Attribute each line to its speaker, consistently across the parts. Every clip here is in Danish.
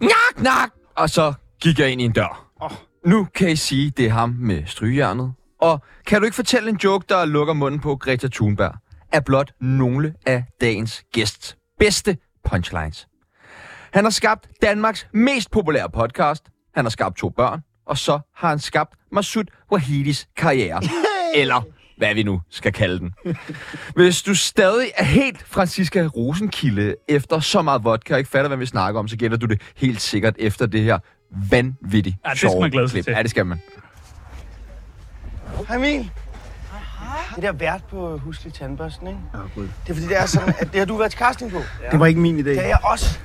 Speaker 1: Nak, nak! Og så gik jeg ind i en dør.
Speaker 2: Åh.
Speaker 1: Nu kan I sige, det er ham med strygejernet. Og kan du ikke fortælle en joke, der lukker munden på Greta Thunberg, er blot nogle af dagens gæsts bedste punchlines. Han har skabt Danmarks mest populære podcast. Han har skabt to børn. Og så har han skabt Masud Wahidis karriere. Eller hvad vi nu skal kalde den. Hvis du stadig er helt Francisca Rosenkilde efter så meget vodka og ikke fatter, hvad vi snakker om, så gætter du det helt sikkert efter det her vanvittigt
Speaker 2: Ja, det skal
Speaker 1: sjove
Speaker 2: man glæde sig
Speaker 1: klip.
Speaker 2: til.
Speaker 1: Ja, det skal man.
Speaker 3: Hej Emil. Det der vært på Huslig Tandbørsten, ikke? Ja, Det er fordi, det er sådan, at det har du været til casting på. Ja.
Speaker 4: Det var ikke min idé.
Speaker 3: Det er jeg også,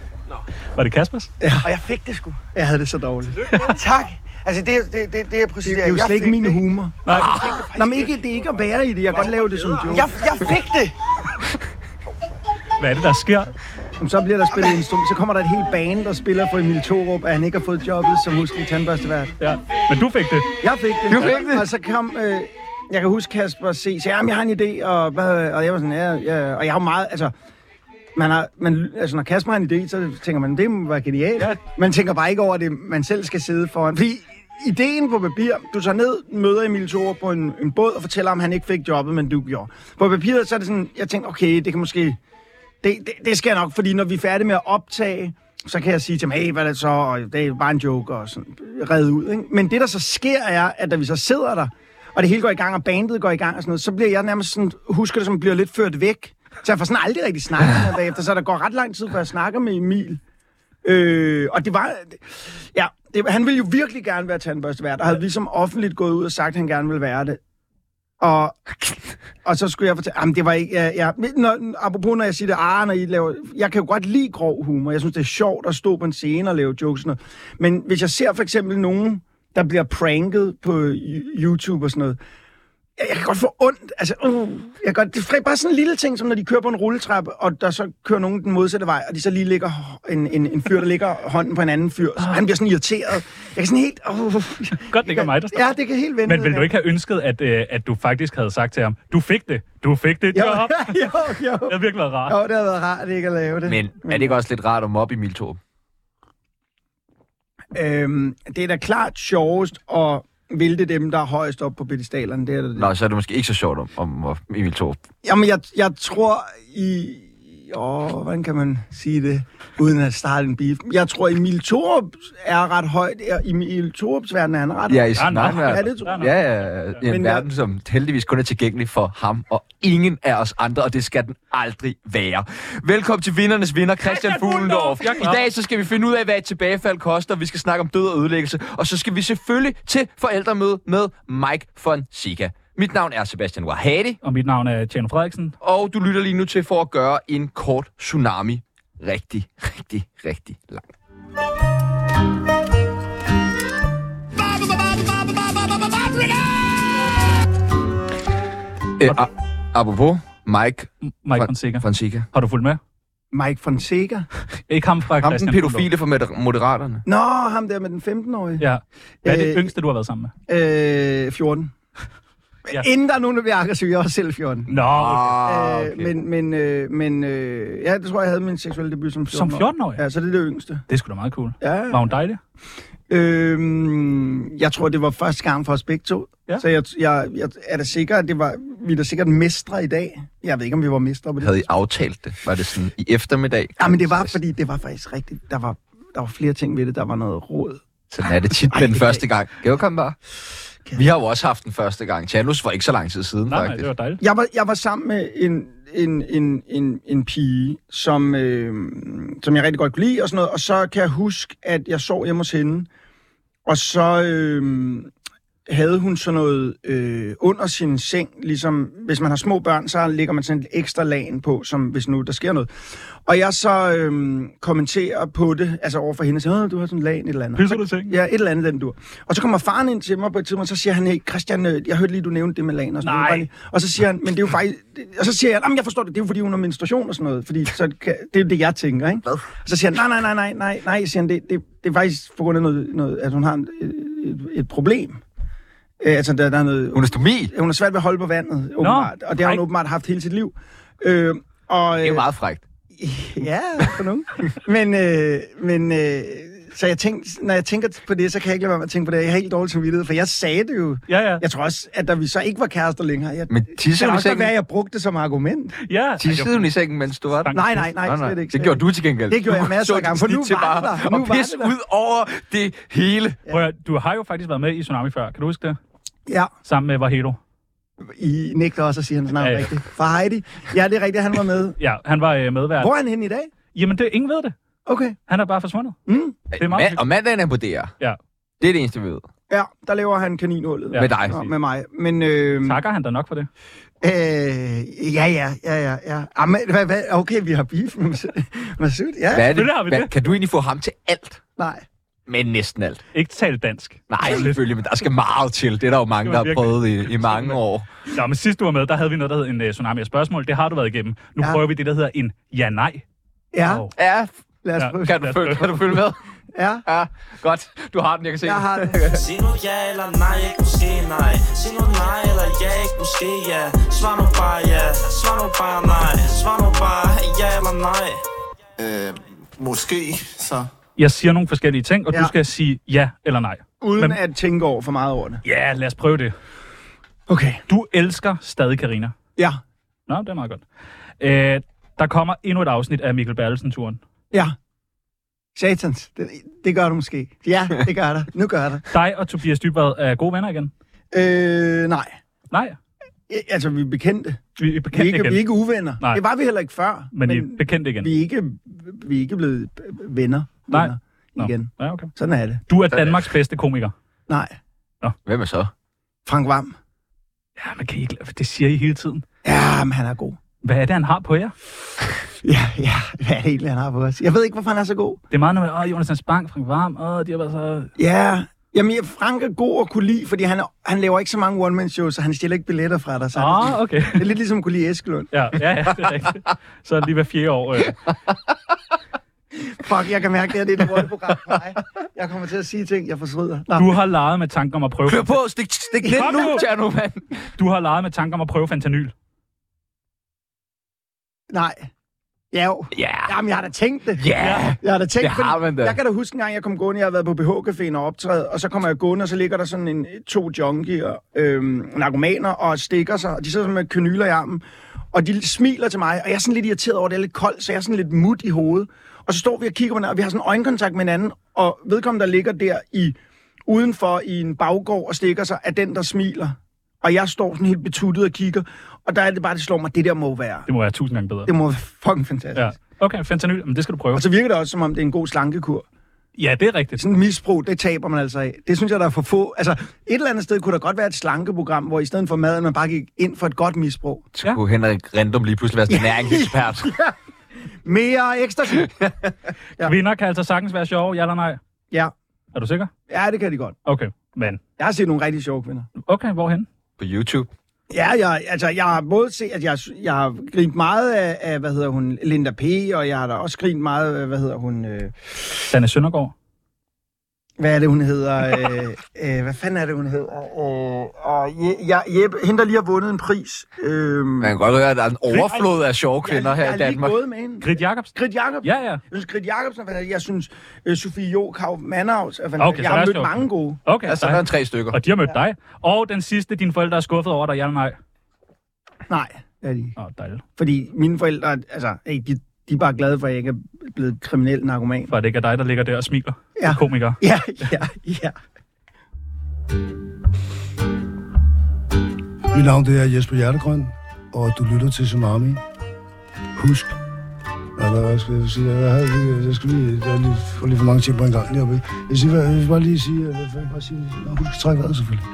Speaker 2: Var det Kaspers?
Speaker 3: og jeg fik det sgu.
Speaker 4: Jeg havde det så dårligt. Det,
Speaker 3: Tak. Altså, det, er- det, det, det er præcis
Speaker 4: det er jo
Speaker 3: jeg
Speaker 4: slet ikke
Speaker 3: fik
Speaker 4: min
Speaker 3: det.
Speaker 4: humor. Ah.
Speaker 2: Nej.
Speaker 4: Nå, men ikke, det er ikke at være i det. Jeg kan godt lave det som joke.
Speaker 3: Jeg, jeg fik det.
Speaker 2: Hvad er det, der sker?
Speaker 4: Jamen, Så bliver der spillet instrument. Så kommer der et helt band, der spiller for Emil Thorup, at han ikke har fået jobbet som huslig tandbørstevært.
Speaker 2: Ja. Men du fik det.
Speaker 4: Jeg fik det.
Speaker 1: Du fik det?
Speaker 4: Og så kom... Øh, jeg kan huske Kasper C. sagde, jamen jeg har en idé, og, hvad- og jeg var sådan, ja, ja, og jeg har jo meget, altså, man har, man, altså, når Kasper har en idé, så tænker man, det må være genialt.
Speaker 2: Ja.
Speaker 4: Ja. Man tænker bare ikke over, at det, man selv skal sidde foran. Fordi ideen på papir, du tager ned, møder Emil Thorup på en, en båd og fortæller, om han ikke fik jobbet, men du gjorde. På papiret, så er det sådan, jeg tænkte, okay, det kan måske, det, det, det skal jeg nok, fordi når vi er færdige med at optage, så kan jeg sige til dem, hey, hvad er det så, og det er bare en joke, og sådan redde ud. Ikke? Men det, der så sker, er, at da vi så sidder der, og det hele går i gang, og bandet går i gang og sådan noget, så bliver jeg nærmest sådan, husker det som, bliver lidt ført væk. Så jeg får sådan aldrig rigtig snakket med ham bagefter, så der går ret lang tid, før jeg snakker med Emil. Øh, og det var... Ja, det, han ville jo virkelig gerne være tandbørstevært, og havde ligesom offentligt gået ud og sagt, at han gerne ville være det. Og, og så skulle jeg fortælle, jamen det var ikke, jeg, jeg, når, apropos når jeg siger det, ah, når I laver, jeg kan jo godt lide grov humor, jeg synes det er sjovt at stå på en scene og lave jokes og sådan noget, men hvis jeg ser for eksempel nogen, der bliver pranket på Y- YouTube og sådan noget, jeg, jeg kan godt få ondt, altså, uh, jeg kan godt, det er bare sådan en lille ting, som når de kører på en rulletrappe, og der så kører nogen den modsatte vej, og de så lige ligger hå- en, en, en fyr, der ligger hånden på en anden fyr, så han bliver sådan irriteret, jeg kan sådan helt, uh,
Speaker 2: Godt, Ah. det ikke er mig, der står.
Speaker 4: ja, det kan helt vende.
Speaker 2: Men ville
Speaker 4: ja.
Speaker 2: du ikke have ønsket, at, øh, at du faktisk havde sagt til ham, du fik det, du fik det
Speaker 4: Jo,
Speaker 2: job?
Speaker 4: jo, jo.
Speaker 2: Det havde virkelig været rart.
Speaker 4: Jo, det har været rart ikke at lave det.
Speaker 1: Men er det ikke også lidt rart at mobbe Emil Thorup?
Speaker 4: Øhm, det er da klart sjovest at vælte dem, der er højst op på pedestalerne. Det er da det.
Speaker 1: Nå, så er det måske ikke så sjovt om, om om Emil Thorup.
Speaker 4: Jamen, jeg, jeg tror i... Åh, hvordan kan man sige det, uden at starte en beef? Jeg tror, Emil Thorup er ret højt. Emil Thorups verden er han ret
Speaker 1: Ja,
Speaker 4: højt.
Speaker 1: i
Speaker 2: Ja,
Speaker 1: sin
Speaker 2: nå.
Speaker 1: egen verden.
Speaker 4: Ja, det tror jeg.
Speaker 1: Ja, ja, ja, i en
Speaker 4: Men
Speaker 1: verden,
Speaker 4: jeg-
Speaker 1: som heldigvis kun er tilgængelig for ham og ingen af os andre, og det skal den aldrig være. Velkommen til vindernes vinder, Christian
Speaker 2: Christian Fuglendorf.
Speaker 1: Fuglendorf.
Speaker 2: Jeg er
Speaker 1: I
Speaker 2: klar.
Speaker 1: dag så skal vi finde ud af, hvad et tilbagefald koster. Vi skal snakke om død og ødelæggelse, og så skal vi selvfølgelig til forældremøde med Mike von Sika. Mit navn er Sebastian Wahadi,
Speaker 2: Og mit navn er Tjerno Frederiksen.
Speaker 1: og du lytter lige nu til for at gøre en kort tsunami rigtig, rigtig, rigtig lang. Øh, a- apropos Mike
Speaker 2: Mike
Speaker 1: Fra-
Speaker 2: Fonseca.
Speaker 1: Fonseca.
Speaker 2: Har du fulgt med?
Speaker 4: Mike Fonseca.
Speaker 2: Ikke ham fra
Speaker 1: Ham den
Speaker 2: Christian
Speaker 1: pædofile fra Moder- Moderaterne.
Speaker 4: Nå, ham der med den 15-årige.
Speaker 2: Ja. Hvad er det
Speaker 4: Øh,
Speaker 2: yngste, du har været sammen med?
Speaker 4: Øh, 14.
Speaker 2: Ja.
Speaker 4: Ja. Inden der er nogen, der bliver aggressiv, jeg er også selv 14.
Speaker 2: Nå,
Speaker 1: Ah,
Speaker 4: Øh, men men, øh, men øh, ja, det tror jeg, jeg havde min seksuelle debut som
Speaker 2: som
Speaker 4: 14
Speaker 2: 14-årig?
Speaker 4: Ja, så det er det yngste.
Speaker 2: Det er sgu da meget cool.
Speaker 4: Ja.
Speaker 2: Var hun dejlig?
Speaker 4: Øhm, jeg tror, det var første gang for os begge to.
Speaker 2: Ja.
Speaker 4: Så jeg, jeg, jeg er da sikker, at det var, vi er da sikkert mestre i dag. Jeg ved ikke, om vi var mestre på det.
Speaker 1: Havde I aftalt det? Var det sådan i eftermiddag?
Speaker 4: Ja, men det var, fordi det var faktisk rigtigt. Der var, der var flere ting ved det. Der var noget råd.
Speaker 1: Sådan er det tit med
Speaker 4: Ej,
Speaker 1: den
Speaker 4: det kan
Speaker 1: første gang. Kan du komme bare?
Speaker 4: Kan-
Speaker 1: Vi har jo også haft den første gang. Janus var ikke så lang tid siden,
Speaker 2: Nej, nej,
Speaker 1: faktisk.
Speaker 2: det var dejligt.
Speaker 4: Jeg var, jeg var sammen med en, en, en, en, en pige, som, øh, som jeg rigtig godt kunne lide og sådan noget. Og så kan jeg huske, at jeg sov hjemme hos hende. Og så øh, havde hun sådan noget øh, under sin seng. Ligesom, hvis man har små børn, så lægger man sådan et ekstra lagen på, som hvis nu der sker noget. Og jeg så øh, kommenterer på det, altså overfor hende, og siger, "Åh, du har sådan en lagen et eller andet.
Speaker 2: Pisser du i sengen?
Speaker 4: Ja, et eller andet den dur. Og så kommer faren ind til mig på et tidspunkt, og så siger han, hey, Christian, øh, jeg hørte lige, du nævnte det med lagen og sådan
Speaker 2: Nej.
Speaker 4: noget. Bare lige- Og så siger han, men det er jo faktisk... det- Og så siger jeg, jamen jeg forstår det, det er jo fordi, hun har menstruation og sådan noget, fordi så kan, det er jo det, jeg tænker, ikke? Hvad? Og så siger han, nej, nej, nej, nej, nej, nej, siger han, det, det, det er faktisk på grund af noget, noget at hun har en- et, et problem. Øh, altså, der, der er noget
Speaker 1: Hun er stomi.
Speaker 4: hun har svært ved at holde på vandet, åbenbart. og det har hun
Speaker 2: nej.
Speaker 4: åbenbart haft hele sit liv. Øh, og,
Speaker 1: Det er
Speaker 4: øh,
Speaker 1: meget frækt.
Speaker 4: Ja, for nogen. men øh, men øh, Så jeg tænkte, når jeg tænker på det, så kan jeg ikke lade være med at tænke på det. Jeg har helt dårlig samvittighed, for jeg sagde det jo.
Speaker 2: Ja, ja.
Speaker 4: Jeg tror også, at da vi så ikke var kærester længere, jeg,
Speaker 1: Men
Speaker 4: det
Speaker 1: tissede
Speaker 4: kan
Speaker 1: hun i
Speaker 4: også godt være, at
Speaker 1: sengen?
Speaker 4: jeg brugte det som argument.
Speaker 2: ja.
Speaker 1: Tissede hun i sengen, mens du var der?
Speaker 2: Stank.
Speaker 4: Nej, nej, nej, slet ikke.
Speaker 1: Det gjorde du til gengæld.
Speaker 4: Det gjorde jeg
Speaker 1: Du
Speaker 4: masser
Speaker 1: så
Speaker 4: af gange, for nu
Speaker 1: dit til
Speaker 4: var det
Speaker 1: bare
Speaker 4: der. Nu
Speaker 1: at
Speaker 4: var det
Speaker 1: pisse
Speaker 4: der.
Speaker 1: ud over det hele.
Speaker 2: Prøv at, høre, du har jo faktisk været med i Tsunami før. Kan du huske det?
Speaker 4: Ja,
Speaker 2: Sammen med Vahelo.
Speaker 4: I nægter også at sige hans navn
Speaker 2: Ja, ja.
Speaker 4: rigtigt. For Heidi. Ja, det er rigtigt, han var med.
Speaker 2: Ja, han var øh, medvært.
Speaker 4: Hvor er han henne i dag?
Speaker 2: Jamen, det, ingen ved det.
Speaker 4: Okay.
Speaker 2: Han er bare forsvundet.
Speaker 4: Mm.
Speaker 2: Det er meget
Speaker 1: Ma-
Speaker 2: hyggeligt.
Speaker 1: og mandagen er på DR.
Speaker 2: Ja.
Speaker 1: Det er det eneste, vi ved.
Speaker 4: Ja, der laver han kaninhullet.
Speaker 2: Ja.
Speaker 1: Med dig.
Speaker 4: Nå, med mig. Men, øh,
Speaker 2: Takker han da nok for det?
Speaker 4: øh, ja, ja, ja, ja, ja. Ah, men, hvad, hvad, okay, vi har beef med Mas- Masud. Ja,
Speaker 1: Hvad er det?
Speaker 2: Selvfølgelig har vi
Speaker 1: Hvad-
Speaker 2: det.
Speaker 1: Kan du egentlig få ham til alt?
Speaker 4: nej.
Speaker 1: Men næsten alt.
Speaker 2: Ikke tale dansk.
Speaker 1: Nej, selvfølgelig, men der skal meget til. Det er der jo mange, der
Speaker 2: Det var
Speaker 1: har prøvet i, i mange
Speaker 2: virkelig-
Speaker 1: år.
Speaker 2: Nå, men sidst du var med, der havde vi noget, der hed en uh, tsunami af spørgsmål. Det har du været igennem. Nu
Speaker 4: Ja.
Speaker 2: ja. prøver vi det, der hedder en ja-nej.
Speaker 4: Ja,
Speaker 2: Og-
Speaker 1: Ja,
Speaker 4: lad os
Speaker 2: Ja,
Speaker 4: prøve.
Speaker 1: kan du, følge, kan du følge med?
Speaker 4: Ja,
Speaker 1: Ja, godt. Du har den, jeg kan se
Speaker 4: jeg
Speaker 1: den.
Speaker 4: har det.
Speaker 5: Sig nu ja eller nej, ikke måske nej Sig nu nej eller ja, ikke måske ja Svar nu bare ja, svar nu bare nej Svar nu bare ja eller nej
Speaker 6: Øh, måske, så.
Speaker 2: Jeg siger nogle forskellige ting, og ja.
Speaker 4: Ja.
Speaker 2: du skal sige ja eller nej.
Speaker 4: Uden
Speaker 2: Men-
Speaker 4: at tænke over for meget over det.
Speaker 2: Ja, lad os prøve det.
Speaker 4: Okay.
Speaker 2: Du elsker stadig Karina.
Speaker 4: Ja,
Speaker 2: Nå, det er meget godt. Øh, der kommer endnu et afsnit af Mikkel Bertelsen-turen.
Speaker 4: ja. Satans, det, det gør du måske. Ja, det gør der. Nu gør der.
Speaker 2: Dig og Tobias Dybvad er gode venner igen.
Speaker 4: Øh, nej.
Speaker 2: Nej,
Speaker 4: Eh, Altså, vi er bekendte.
Speaker 2: vi er
Speaker 4: Vi er
Speaker 2: bekendt
Speaker 4: ikke,
Speaker 2: igen.
Speaker 4: vi er ikke uvenner.
Speaker 2: Nej.
Speaker 4: Det var vi heller ikke før.
Speaker 2: Men, I er bekendt igen.
Speaker 4: vi er ikke, vi er ikke blevet venner,
Speaker 2: Nej.
Speaker 4: venner
Speaker 2: Nå.
Speaker 4: igen.
Speaker 2: Ja, okay.
Speaker 4: Sådan er det.
Speaker 2: Du er Danmarks bedste komiker.
Speaker 4: Nej.
Speaker 1: Hvem er så?
Speaker 4: Frank Vam.
Speaker 2: Ja, man kan I ikke... Det siger I hele tiden.
Speaker 4: Ja, men han er god.
Speaker 2: Hvad er det, han har på jer?
Speaker 4: Ja, ja. Hvad er det egentlig, han har på os? Jeg ved ikke, hvorfor han er så god.
Speaker 2: Det er meget, når man... Åh, Jonas Hans Bang, Frank Varm, åh, de har været så...
Speaker 4: Ja. Jamen, ja, Frank er god at kunne lide, fordi han, er, han laver ikke så mange one-man-shows, så han stiller ikke billetter fra dig. Så han er sådan-
Speaker 2: Ah, okay.
Speaker 4: Det er lidt ligesom at kunne lide Eskelund.
Speaker 2: Ja, ja, ja, det er rigtigt. Så lige hver fjerde år. Øh.
Speaker 4: Fuck, jeg kan mærke, det her det er et rolleprogram for mig. Jeg kommer til at sige ting, jeg forsvider. Nå.
Speaker 2: Du har leget med tanken om at prøve...
Speaker 1: Kør på, stik, stik lidt
Speaker 2: Kom
Speaker 1: nu,
Speaker 2: nu!
Speaker 1: Tjerno, mand.
Speaker 2: Du har leget med tanken om at prøve fentanyl.
Speaker 4: Nej. Ja, jo.
Speaker 1: Ja,
Speaker 4: Jamen, jeg har da tænkt det.
Speaker 1: ja.
Speaker 4: Jeg har da tænkt,
Speaker 1: Det har
Speaker 4: fordi
Speaker 1: man da.
Speaker 4: Jeg kan da huske en gang, jeg kom gående, jeg har været på BH-caféen og optræde, og så kommer jeg gående, og så ligger der sådan en, to junkier, øhm, narkomaner, og stikker sig, og de sidder sådan med kanyler i armen, og de smiler til mig, og jeg er sådan lidt irriteret over, at det er lidt koldt, så jeg er sådan lidt mut i hovedet. Og så står vi og kigger på hinanden, og vi har sådan øjenkontakt med hinanden, og vedkommende, der ligger der i, udenfor i en baggård og stikker sig, er den, der smiler. Og jeg står sådan helt betuttet og kigger, og der er det bare, det slår mig, det der må være.
Speaker 2: Det må være tusind gange bedre.
Speaker 4: Det må være fucking fantastisk.
Speaker 2: Ja. Okay, fentanyl, men det skal du prøve.
Speaker 4: Og så virker det også, som om det er en god slankekur
Speaker 2: Ja, det er rigtigt.
Speaker 4: sådan en misbrug, det taber man altså af. Det synes jeg, der er for få. Altså, et eller andet sted kunne der godt være et slankeprogram, hvor i stedet for maden, man bare gik ind for et godt misbrug.
Speaker 1: Så kunne Henrik Rendum lige pludselig være sådan en næringsekspert.
Speaker 4: Mere ekstra. Ja.
Speaker 2: Kvinder kan altså sagtens være sjove, ja eller nej.
Speaker 4: ja.
Speaker 2: Er du sikker?
Speaker 4: ja, det kan de godt.
Speaker 2: Okay, men...
Speaker 4: Jeg har set nogle rigtig sjove kvinder.
Speaker 2: Okay, hvorhen?
Speaker 1: På YouTube.
Speaker 4: Ja, jeg, altså, jeg har både set, at jeg, jeg har grint meget af, af, hvad hedder hun, Linda P., og jeg har da også grint meget af, hvad hedder hun, øh,
Speaker 2: Danne Søndergaard.
Speaker 4: hvad er det, hun hedder, øh, øh, hvad fanden er det, hun hedder, øh, og je, jeg, Jeppe, hende, der lige har vundet en pris. Øh,
Speaker 1: Man kan godt høre, at der er en overflod af sjove kvinder
Speaker 4: jeg,
Speaker 1: her
Speaker 4: jeg
Speaker 1: i
Speaker 4: er lige
Speaker 1: Danmark.
Speaker 4: gået med hende.
Speaker 2: Grit Jacobs.
Speaker 4: Grit Jacobsen.
Speaker 2: Ja, ja.
Speaker 4: Jeg synes, Grit Jacobsen er fantastisk. Jeg synes, øh, Sofie Jokav Mannhaus er
Speaker 2: Okay,
Speaker 4: fantastisk.
Speaker 2: så
Speaker 4: Okay,
Speaker 2: der
Speaker 4: jeg har
Speaker 2: er
Speaker 4: mødt
Speaker 2: sjovt.
Speaker 4: mange gode.
Speaker 2: Okay,
Speaker 1: Altså, der er tre stykker.
Speaker 2: og de har mødt dig. Og den sidste, dine forældre er skuffet over dig, ja eller nej?
Speaker 4: Nej, det er de ikke.
Speaker 2: Åh, oh, dejligt.
Speaker 4: Fordi mine forældre, altså, hey, de, de er bare glade for, at jeg ikke er blevet kriminel narkoman.
Speaker 2: For at det ikke er dig, der ligger der og smiler.
Speaker 4: Ja.
Speaker 2: Ja. Komiker.
Speaker 4: Ja, ja, ja.
Speaker 7: Mit navn det er Jesper Hjertegrøn, og du lytter til Tsunami. Husk. Ja, hvad hvad skal jeg sige? Jeg, havde lige, jeg skal lige, jeg har lige, får lige for mange ting på en gang lige oppe. Jeg, siger, jeg vil bare lige sige, jeg vil bare sige, husk at trække vejret selvfølgelig.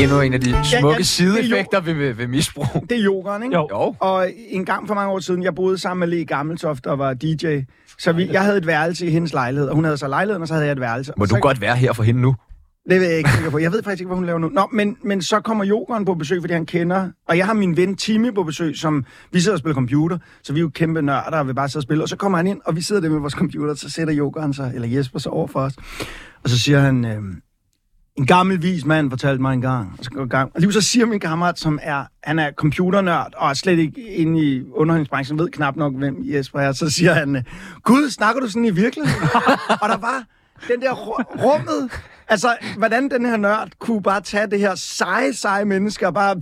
Speaker 1: Endnu en af de
Speaker 4: Ja, ja,
Speaker 1: smukke
Speaker 4: det
Speaker 1: sideeffekter ved, ved, ved misbrug.
Speaker 4: Det er yoghurt, ikke?
Speaker 2: Jo.
Speaker 1: Jo.
Speaker 4: Og en gang for mange år siden, jeg boede sammen med Le Gammeltoft og var DJ. Så vi, jeg havde et værelse i hendes lejlighed, og hun havde så lejligheden, og så havde jeg et værelse.
Speaker 1: Må
Speaker 4: Og
Speaker 1: du
Speaker 4: så,
Speaker 1: godt være her for hende nu?
Speaker 4: Det ved jeg ikke sikker på. Jeg ved faktisk ikke, hvad hun laver nu. Nå, men, men så kommer Jokeren på besøg, fordi han kender. Og jeg har min ven Timmy på besøg, som vi sidder og spiller computer. Så vi er jo kæmpe nørder, og vi bare sidder og spiller. Og så kommer han ind, og vi sidder der med vores computer. Så sætter Jokeren sig, eller Jesper sig over for os. Og så siger han, øh, En gammel vis mand fortalte mig engang. en gang. Og lige så siger min kammerat, som er, han er computernørd og er slet ikke inde i underholdningsbranchen, ved knap nok, hvem Jesper er. Så siger han, øh, Gud, snakker du sådan i virkeligheden? og der var den der ru- rummet. Altså, hvordan den her nørd kunne bare tage det her seje, seje menneske og bare,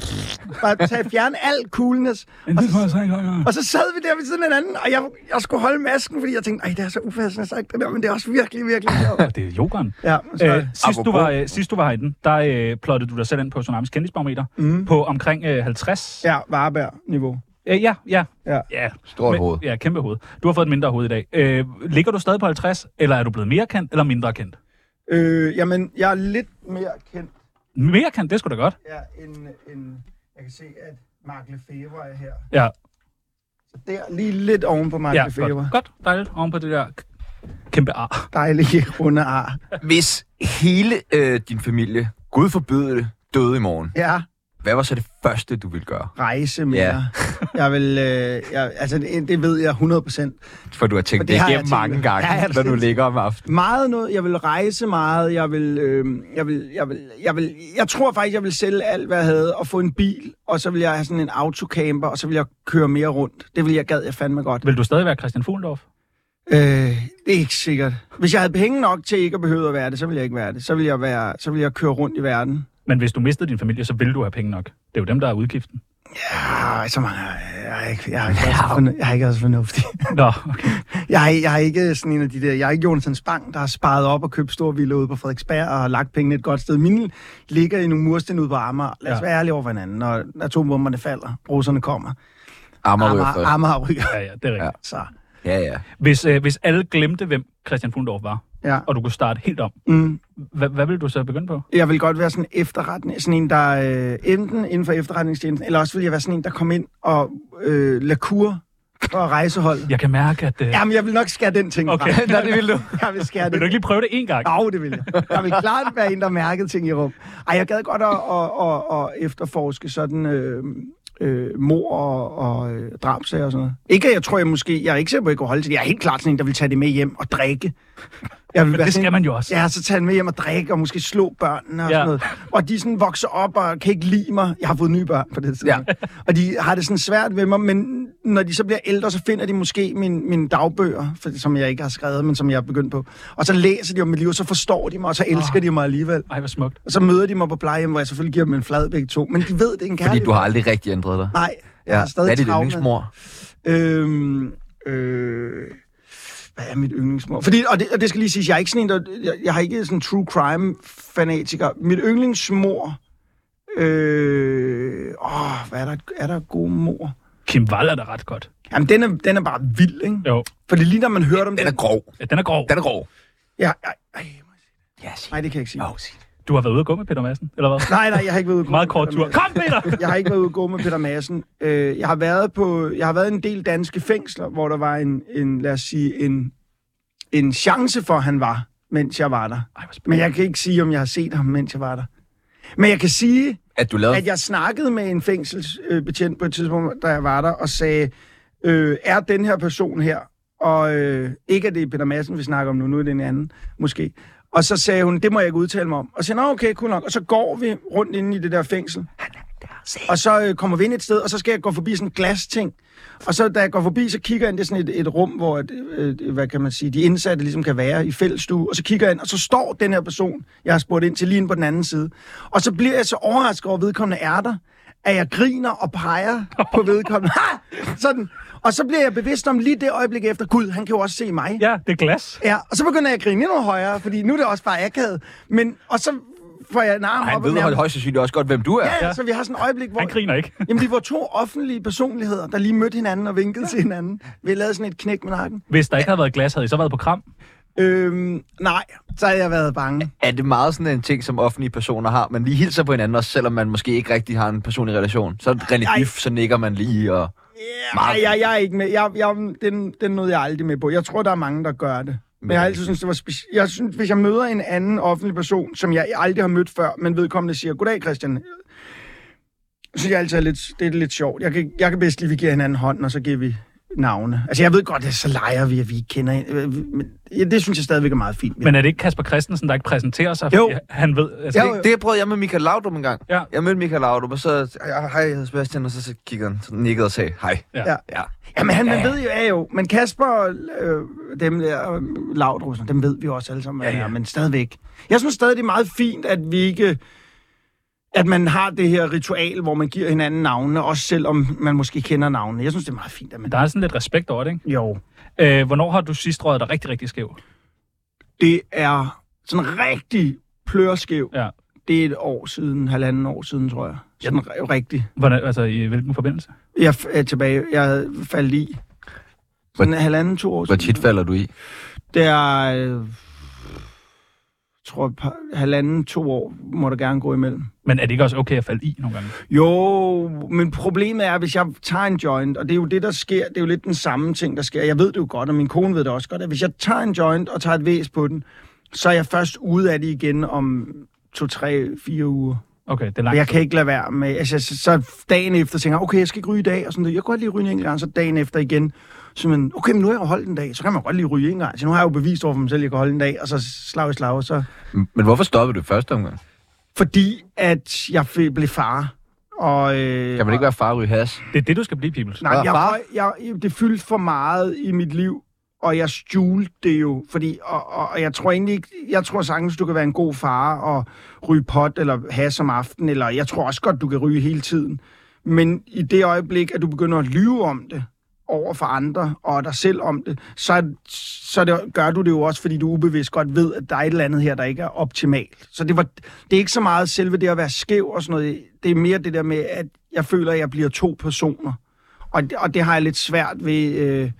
Speaker 4: bare tage, fjerne al coolness. Og så, og så sad vi der ved siden af hinanden, og jeg, jeg skulle holde masken, fordi jeg tænkte, ej, det er så ufassende sagt, det der, men det er også virkelig, virkelig sjovt.
Speaker 2: Det er yogaen.
Speaker 4: Ja, så,
Speaker 2: Øh, sidst, du
Speaker 1: Apropos.
Speaker 2: var, øh, sidst du var herinde, der øh, plottede du dig selv ind på Tsunamis kendisbarometer mm. på omkring øh, 50.
Speaker 4: Mhm. ja varebær-niveau.
Speaker 2: Øh, ja, ja.
Speaker 4: Ja.
Speaker 2: ja.
Speaker 1: Stort
Speaker 2: Men-
Speaker 1: hoved.
Speaker 2: Ja, kæmpe hoved. Du har fået et mindre hoved i dag. Øh, ligger du stadig på 50, eller er du blevet mere kendt, eller mindre kendt?
Speaker 4: Øh, jamen, jeg er lidt mere kendt
Speaker 2: Mere kendt, det skulle da godt.
Speaker 4: her, end, end jeg kan se, at Mark Lefebvre er her.
Speaker 2: Ja,
Speaker 4: Så der, lige lidt oven på Mark
Speaker 2: ja
Speaker 4: ja, Lefebvre.
Speaker 2: godt. godt. Dejligt oven på det der k- kæmpe ar.
Speaker 4: Dejlige runde ar.
Speaker 1: Hvis hele øh, din familie, Gud forbyde det, døde i morgen,
Speaker 4: Ja,
Speaker 1: hvad var så det første, du ville gøre?
Speaker 4: rejse mere.
Speaker 1: Ja.
Speaker 4: Ja. jeg vil, øh, jeg, altså, det, det ved jeg 100 procent.
Speaker 1: For du har tænkt
Speaker 4: For det
Speaker 1: det
Speaker 4: har jeg
Speaker 1: igennem
Speaker 4: tænkt.
Speaker 1: mange gange,
Speaker 4: Ja,
Speaker 1: ja,
Speaker 4: ja,
Speaker 1: når du
Speaker 4: det-
Speaker 1: ligger om aftenen.
Speaker 4: Meget noget. Jeg vil rejse meget. Jeg vil, øh, jeg vil, jeg vil, jeg vil, jeg tror faktisk, jeg vil sælge alt, hvad jeg havde, og få en bil, og så vil jeg have sådan en autocamper, og så vil jeg køre mere rundt. Det vil jeg gad, jeg fandme godt.
Speaker 2: Vil du stadig være Christian Fuglendorf?
Speaker 4: Øh, det er ikke sikkert. Hvis jeg havde penge nok til ikke at behøve at være det, så ville jeg ikke være det. Så ville jeg, være, så ville jeg køre rundt i verden.
Speaker 2: Men hvis du mistede din familie, så ville du have penge nok. Det er jo dem, der er udgiften.
Speaker 4: Ah, så mange. Jeg er ikke, jeg er ikke, jeg er ikke, jeg er ikke også fornuftig.
Speaker 2: Nå, okay.
Speaker 4: Jeg er, jeg er ikke sådan en af de der... Jeg er ikke Jonathan Spang, der har sparet op og købt store villa ude på Frederiksberg og har lagt pengene et godt sted. Mine ligger i nogle mursten ude på Amager. Lad os
Speaker 2: Ja.
Speaker 4: være ærlige over for hinanden. Når atombomberne falder, russerne kommer.
Speaker 1: Amager ryger
Speaker 4: Amager,
Speaker 1: først.
Speaker 4: Amager ryger.
Speaker 2: Ja, ja, det er rigtigt.
Speaker 1: Ja.
Speaker 2: Ja.
Speaker 4: Så,
Speaker 1: Ja, ja.
Speaker 2: Hvis, øh, hvis alle glemte, hvem Christian Fuglendorf var,
Speaker 4: ja.
Speaker 2: og du kunne starte helt om,
Speaker 4: Mm.
Speaker 2: hvad, hvad ville du så begynde på?
Speaker 4: Jeg vil godt være sådan en efterretning, sådan en, der øh, enten inden for efterretningstjenesten, eller også vil jeg være sådan en, der kom ind og øh, lakur og rejsehold.
Speaker 2: Jeg kan mærke, at... Øh,
Speaker 4: Jamen, jeg vil nok skære den ting
Speaker 2: Okay.
Speaker 4: fra.
Speaker 1: Nå, det vil du.
Speaker 4: Jeg vil skære
Speaker 2: Vil
Speaker 4: den.
Speaker 2: du ikke lige prøve det en gang?
Speaker 4: Jo, det vil jeg. Jeg vil klart være en, der mærkede ting i rum. Ej, jeg gad godt at, at, at, at efterforske sådan øh, øh, mor og, og øh, drabsager og sådan noget. Ikke, at jeg tror, jeg måske... Jeg er ikke sikker på, at jeg kunne holde til det. Jeg er helt klart sådan en, der vil tage det med hjem og drikke. Jeg vil
Speaker 2: Men det skal man jo også.
Speaker 4: Ja, så tage den med hjem og drikke, og måske slå børnene og
Speaker 2: Ja.
Speaker 4: ja. sådan noget. Og de sådan vokser op og kan ikke lide mig. Jeg har fået nye børn på det tidspunkt. Ja. Og de har det sådan svært ved mig, men når de så bliver ældre, så finder de måske min, mine dagbøger, for, som jeg ikke har skrevet, men som jeg er begyndt på. Og så læser de om mit liv, og så forstår de mig, og så elsker oh. de mig alligevel.
Speaker 2: Ej, hvor smukt.
Speaker 4: Og så møder de mig på plejehjem, hvor jeg selvfølgelig giver dem en flad begge to. Men de ved, det er en kærlighed.
Speaker 1: Fordi du har aldrig rigtig ændret dig.
Speaker 4: Nej, jeg
Speaker 1: Ja.
Speaker 4: er stadig
Speaker 1: Hvad er dit
Speaker 4: travlt,
Speaker 1: yndlingsmor?
Speaker 4: Øhm, øh, hvad er mit yndlingsmål? Fordi, og, det, og det skal lige siges, jeg er ikke sådan en, der, jeg, jeg har ikke sådan en true crime fanatiker. Mit yndlingsmål... Øh, åh, hvad er der, er der gode mor?
Speaker 2: Kim Wall er da ret godt.
Speaker 4: Jamen, den er, den er bare vild, ikke?
Speaker 2: Jo,
Speaker 4: Fordi lige når man hørte om
Speaker 1: Den
Speaker 4: den...
Speaker 1: er grov.
Speaker 2: ja, den er grov.
Speaker 1: Den er grov.
Speaker 4: Ja, ej, ej, må jeg sige
Speaker 1: Ja, sig
Speaker 4: det? nej, det kan jeg ikke sige.
Speaker 1: Åh, sig det.
Speaker 2: Du har været ude at gå med Peter Madsen, eller hvad?
Speaker 4: Nej, nej, jeg har ikke været ude at gå
Speaker 2: Meget
Speaker 4: med
Speaker 2: kort
Speaker 4: Peter
Speaker 2: tur.
Speaker 4: Madsen.
Speaker 2: Kom, Peter!
Speaker 4: Jeg har ikke været ude at gå med Peter Madsen. Øh, jeg har været på, jeg har været i en del danske fængsler, hvor der var en, en lad os sige, en, en chance for, at han var, mens jeg var der.
Speaker 2: Ej, hvor spændende.
Speaker 4: Men jeg kan ikke sige, om jeg har set ham, mens jeg var der. Men jeg kan sige,
Speaker 1: At du lavede...
Speaker 4: at jeg snakkede med en fængselsbetjent på et tidspunkt, da jeg var der, og sagde, øh, er den her person her, og øh, ikke at det er Peter Madsen, vi snakker om nu, nu er det en anden, måske. Og så sagde hun, det må jeg ikke udtale mig om. Og så sagde, jeg, nå okay, cool nok. Og så går vi rundt inde i det der fængsel. Og så øh, kommer vi ind et sted, og så skal jeg gå forbi sådan en glasting. Og så da jeg går forbi, så kigger jeg ind, det er sådan et, et rum, hvor et, øh, hvad kan man sige, de indsatte ligesom kan være i fællesstue. Og så kigger jeg ind, og så står den her person, jeg har spurgt ind til, lige inde på den anden side. Og så bliver jeg så overrasket over, at vedkommende er der, at jeg griner og peger på vedkommende. Ha! Sådan. Og så bliver jeg bevidst om lige det øjeblik efter, gud, han kan jo også se mig.
Speaker 2: Ja, det er glas.
Speaker 4: Ja, og så begynder jeg at grine endnu højere, fordi nu er det også bare akavet. Men, og så får jeg en arm
Speaker 1: Ej, han
Speaker 4: op og
Speaker 1: ved højst- højst sandsynligt også godt, hvem du er.
Speaker 4: Ja, ja, så vi har sådan et øjeblik, hvor...
Speaker 2: Han griner ikke.
Speaker 4: Jamen, vi var to offentlige personligheder, der lige mødte hinanden og vinkede til hinanden. Vi lavede sådan et knæk med nakken.
Speaker 2: Hvis der ikke havde været glas, havde I så været på kram?
Speaker 4: Øhm, nej, så havde jeg været bange.
Speaker 1: Er det meget sådan en ting, som offentlige personer har? Man lige hilser på hinanden, også selvom man måske ikke rigtig har en personlig relation. Så er det
Speaker 4: Ej.
Speaker 1: relativt, så nikker man lige og...
Speaker 4: Nej, jeg, jeg er ikke med. Jeg, jeg, den, den nåede jeg aldrig med på. Jeg tror, der er mange, der gør det. Men jeg har altid synes, det var speci- jeg synes, hvis jeg møder en anden offentlig person, som jeg aldrig har mødt før, men vedkommende siger, goddag Christian, så synes jeg altid, er lidt, det er lidt sjovt. Jeg kan, jeg kan bedst lige, vi giver hinanden hånden, og så giver vi navne. Altså, jeg ved godt, at så leger vi, at vi ikke kender en, øh, men ja, det synes jeg stadigvæk er meget fint.
Speaker 2: Men er det ikke Kasper Christensen, der ikke præsenterer sig?
Speaker 4: Jo.
Speaker 2: fordi Han ved... Altså,
Speaker 4: Jo,
Speaker 2: det-
Speaker 4: jo.
Speaker 1: Det prøvede jeg med Michael Laudrup en gang.
Speaker 2: Ja.
Speaker 1: Jeg mødte Michael Laudrup, og så... "Ja, Hej, jeg hedder Sebastian, og så, så kiggede han, så nikkede og sagde hej.
Speaker 4: Ja.
Speaker 1: Ja.
Speaker 4: Jamen, han, man ved jo, er jo, men Kasper, øh, dem der, øh, Laudrup, sådan, dem ved vi jo også alle sammen, hvad ja, ja. er, men stadigvæk. Jeg synes stadig, det er meget fint, at vi ikke, at man har det her ritual, hvor man giver hinanden navnene, også selvom man måske kender navnene. Jeg synes, det er meget fint, at man...
Speaker 2: Der er sådan lidt respekt over det, ikke?
Speaker 4: Jo,
Speaker 2: Øh, hvornår har du sidst røget dig rigtig, rigtig skæv?
Speaker 4: det er sådan rigtig plørskæv.
Speaker 2: Ja.
Speaker 4: Det er et år siden, halvanden år siden, tror jeg. Sådan re- rigtig.
Speaker 2: Hvordan, altså, i hvilken forbindelse?
Speaker 4: Jeg f- er tilbage, jeg faldt i. Sådan halvanden, to år
Speaker 1: Hvor tit falder du i?
Speaker 4: Det er, øh, tror jeg, par- halvanden, to år må der gerne gå imellem.
Speaker 2: Men er det ikke også okay at falde i nogle gange?
Speaker 4: Jo, men problemet er, hvis jeg tager en joint, og det er jo det, der sker, det er jo lidt den samme ting, der sker. Jeg ved det jo godt, og min kone ved det også godt, at hvis jeg tager en joint og tager et væs på den, så er jeg først ude af det igen om to, tre, fire uger.
Speaker 2: Okay, det er
Speaker 4: Og
Speaker 2: langt.
Speaker 4: jeg kan ikke lade være med, altså så, så dagen efter tænker jeg, okay, jeg skal ikke ryge i dag, og sådan noget. Jeg kan godt lige ryge en enkelt gang, så dagen efter igen. Så man, okay, men nu har jeg jo holdt en dag, så kan man godt lige ryge en gang. Så nu har jeg jo bevist over for mig selv, at jeg kan holde en dag, og så slag i slag, så
Speaker 1: Men hvorfor stoppede du i første omgang?
Speaker 4: fordi at jeg fik- blev far. Og, øh,
Speaker 1: Kan man ikke være far og ryge has?
Speaker 2: Det er det, du skal blive, Pibels.
Speaker 4: Nej,
Speaker 1: Hvad,
Speaker 4: jeg,
Speaker 1: far?
Speaker 4: røg- jeg, jeg, det fyldte for meget i mit liv, og jeg skjulte det jo, fordi, og, og, og jeg tror egentlig ikke, jeg tror sagtens, du kan være en god far og ryge pot eller has om aftenen, eller jeg tror også godt, du kan ryge hele tiden. Men i det øjeblik, at du begynder at lyve om det over for andre og dig selv om det, så, er- så er det, gør du det jo også, fordi du ubevidst godt ved, at der er et eller andet her, der ikke er optimalt. Så det, var, det er ikke så meget selve det at være skæv og sådan noget. Det er mere det der med, at jeg føler, at jeg bliver to personer. Og, det- og det har jeg lidt svært ved, øh,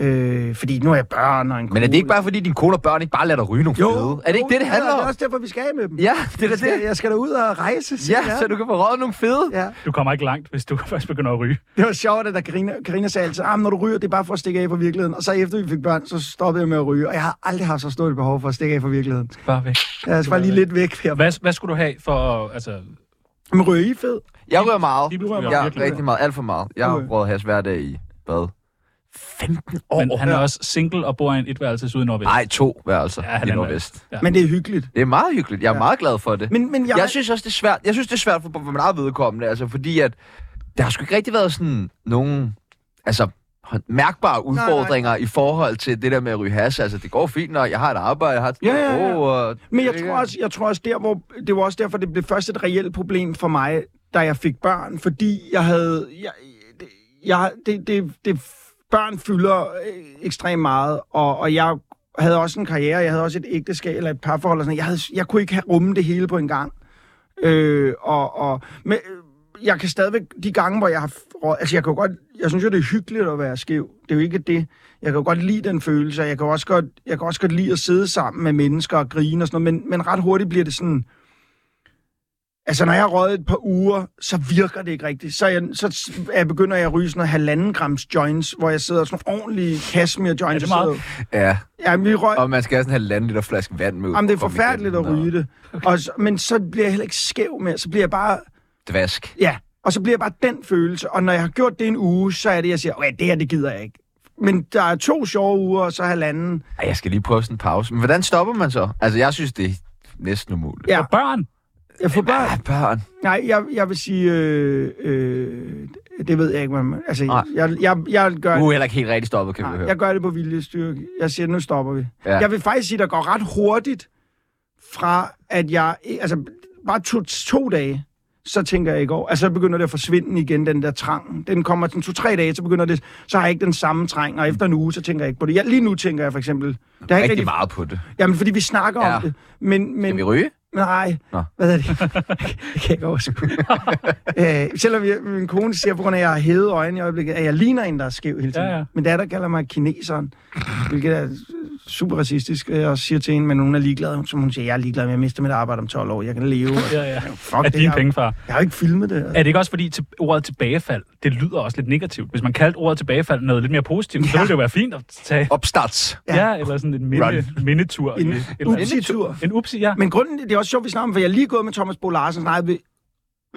Speaker 4: øh, fordi nu er jeg børn og en
Speaker 1: Men er det ikke bare fordi, din kone og børn ikke bare lader dig ryge nogle fede? Er det ikke det, det handler
Speaker 4: Det er
Speaker 1: om?
Speaker 4: også derfor, vi skal af med dem.
Speaker 1: Ja, det er da
Speaker 4: Jeg skal,
Speaker 1: det.
Speaker 4: jeg skal derud og rejse. siger
Speaker 1: Ja,
Speaker 4: jeg.
Speaker 1: så du kan få røget nogle fede.
Speaker 4: ja.
Speaker 2: Du kommer ikke langt, hvis du først begynder at ryge.
Speaker 4: Det var sjovt, at der Carina, Carina sagde altid, at ah, men når du ryger, det er bare for at stikke af fra virkeligheden. Og så efter vi fik børn, så stoppede jeg med at ryge, og jeg har aldrig haft så stort et behov for at stikke af fra virkeligheden.
Speaker 2: Bare væk.
Speaker 4: Jeg skal bare lige lidt væk her.
Speaker 2: Hvad, hvad skulle du have for at... Altså,
Speaker 4: Men ryge I er fed?
Speaker 1: Jeg rører meget.
Speaker 2: de rører
Speaker 1: Jeg
Speaker 2: meget.
Speaker 1: er
Speaker 2: Virkelig.
Speaker 1: rigtig meget. Alt for meget. Jeg har
Speaker 4: Okay.
Speaker 1: røget has hver dag i hvad? 15 år.
Speaker 2: men han er også single og bor i en etværelses ude i Norge.
Speaker 1: Nej, to værelser
Speaker 2: Ja,
Speaker 1: ja, i
Speaker 2: halvanden
Speaker 1: Nordvest.
Speaker 2: Ja.
Speaker 4: Men det er hyggeligt.
Speaker 1: Det er meget hyggeligt. Jeg er ja. meget glad for det.
Speaker 4: Men, men jeg,
Speaker 1: Jeg synes også, det er svært. Jeg synes, det er svært for, for min eget vedkommende, altså fordi at der har sgu ikke rigtig været sådan nogen, altså hånd- mærkbare udfordringer nej, nej. i forhold til det der med at ryge has. Altså, det går fint, når jeg har et arbejde, jeg har et
Speaker 4: Ja, ja, ja.
Speaker 1: sprog, og...
Speaker 4: Men jeg tror, også, jeg tror også, der hvor, det var også derfor, det blev først et reelt problem for mig, da jeg fik børn, fordi jeg havde... Jeg, det- jeg, det, det, det, børn fylder øh, ekstremt meget, og, og jeg havde også en karriere, jeg havde også et ægteskab eller et parforhold, og sådan. noget. Jeg, havde, jeg kunne ikke have rumme det hele på en gang. Øh, og, og, men øh, jeg kan stadigvæk, de gange, hvor jeg har... røget- Altså, jeg kan jo godt... Jeg synes jo, det er hyggeligt at være skæv. Det er jo ikke det. Jeg kan jo godt lide den følelse, og jeg kan jo også godt, jeg kan også godt lide at sidde sammen med mennesker og grine og sådan noget, men, men ret hurtigt bliver det sådan... Altså, når jeg har røget et par uger, så virker det ikke rigtigt. Så, er jeg, så s- er jeg begynder jeg at ryge sådan noget halvanden grams joints, hvor jeg sidder sådan nogle ordentlige kashmere joints.
Speaker 2: Er det meget?
Speaker 4: og
Speaker 1: Ja,
Speaker 4: sidder- Ja, vi røg,
Speaker 1: og man skal have sådan en halvanden liter flaske vand med.
Speaker 4: Jamen, det er
Speaker 1: for at komme
Speaker 4: forfærdeligt at
Speaker 1: igennem,
Speaker 4: ryge det. Og så, men så bliver jeg heller ikke skæv mere. Så bliver jeg bare...
Speaker 1: og Dvask.
Speaker 4: Ja, og så bliver jeg bare den følelse. Og når jeg har gjort det en uge, så er det, jeg siger, okay, det her, det gider jeg ikke. Men der er to sjove uger, og så halvanden.
Speaker 1: Ej, jeg skal lige prøve sådan en pause. Men hvordan stopper man så? Altså, jeg synes, det er næsten umuligt.
Speaker 4: Ja.
Speaker 2: Og børn!
Speaker 4: Jeg får bare...
Speaker 1: Ah, børn.
Speaker 4: Nej, jeg, jeg vil sige... Øh, øh, det ved jeg ikke, hvad man... Altså,
Speaker 1: Nej.
Speaker 4: jeg, jeg, jeg, jeg gør...
Speaker 1: Du er heller ikke helt rigtig stoppet, kan vi
Speaker 4: Nej,
Speaker 1: høre.
Speaker 4: jeg gør det på viljestyrke. Jeg siger, nu stopper vi.
Speaker 1: Ja.
Speaker 4: Ja. Jeg vil faktisk sige, der går ret hurtigt fra, at jeg... Altså, bare to, to dage, så tænker jeg ikke over. Altså, så begynder det at forsvinde igen, den der trang. Den kommer sådan to-tre dage, så begynder det... Så har jeg ikke den samme trang, og efter en uge, så tænker jeg ikke på det. Jeg, lige nu tænker jeg for eksempel... Det har jeg ikke
Speaker 1: Rigtig
Speaker 4: rigtig,
Speaker 1: meget på det.
Speaker 4: jamen, fordi vi snakker
Speaker 1: Ja.
Speaker 4: ja. om det. Men, men,
Speaker 1: Kan vi ryge?
Speaker 4: Nej.
Speaker 1: Nå.
Speaker 4: Hvad er det? det kan jeg ikke overskue. øh, selvom jeg, min kone siger, på grund af, at jeg har hævet øjnene i øjeblikket, at jeg ligner en, der er skæv hele tiden.
Speaker 2: Ja, ja.
Speaker 4: Min datter kalder mig kineseren, hvilket er super racistisk. Jeg også siger til hende, men hun er ligeglad. Som hun siger, jeg er ligeglad, men jeg mister mit arbejde om 12 år. Jeg kan leve. Og,
Speaker 2: Ja, ja.
Speaker 4: fuck
Speaker 2: Er
Speaker 4: det,
Speaker 2: dine
Speaker 4: jeg,
Speaker 2: penge, far.
Speaker 4: jeg har jo ikke filmet det.
Speaker 2: Er det ikke også fordi til, ordet tilbagefald, det lyder også lidt negativt? Hvis man kaldte ordet tilbagefald noget lidt mere positivt, ja. så
Speaker 4: Ja.
Speaker 2: ville det jo være fint at tage...
Speaker 1: Opstarts.
Speaker 4: Ja.
Speaker 2: Ja, ja eller sådan en minde, mindetur.
Speaker 4: En
Speaker 2: i et eller andet.
Speaker 4: upsi-tur.
Speaker 2: En upsi, ja.
Speaker 4: Men grunden, det er også sjovt, vi snakker om, for jeg er lige gået med Thomas Bo Larsen, snakkede vi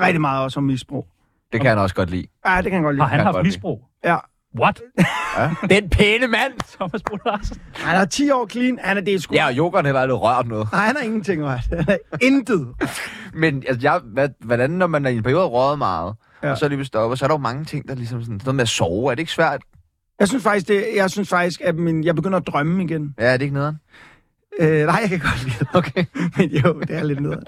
Speaker 4: rigtig meget også om misbrug.
Speaker 1: Det kan jeg også godt lide.
Speaker 4: Ja, det kan jeg godt lide.
Speaker 2: Har han
Speaker 1: Ja,
Speaker 2: haft
Speaker 1: godt.
Speaker 2: misbrug?
Speaker 4: Ja.
Speaker 2: What?
Speaker 1: Den pæne mand!
Speaker 2: Thomas Bo Larsen.
Speaker 4: Han har 10 år clean. Han er det er sgu.
Speaker 1: Ja, og yoghurt heller aldrig rørt noget.
Speaker 4: Nej, han har ingenting rørt. Han har Intet.
Speaker 1: Men altså, jeg, hvad, hvordan, når man er i en periode røget meget, ja.
Speaker 4: Ja.
Speaker 1: og så lige stopper, så er der jo mange ting, der ligesom sådan, sådan noget med at sove. Er det ikke svært?
Speaker 4: Jeg synes faktisk, det, jeg synes faktisk at min, jeg begynder at drømme igen.
Speaker 1: Ja, er det ikke nederen?
Speaker 4: Øh, nej, jeg kan godt lide det.
Speaker 1: Okay.
Speaker 4: Men jo, det er lidt nederen.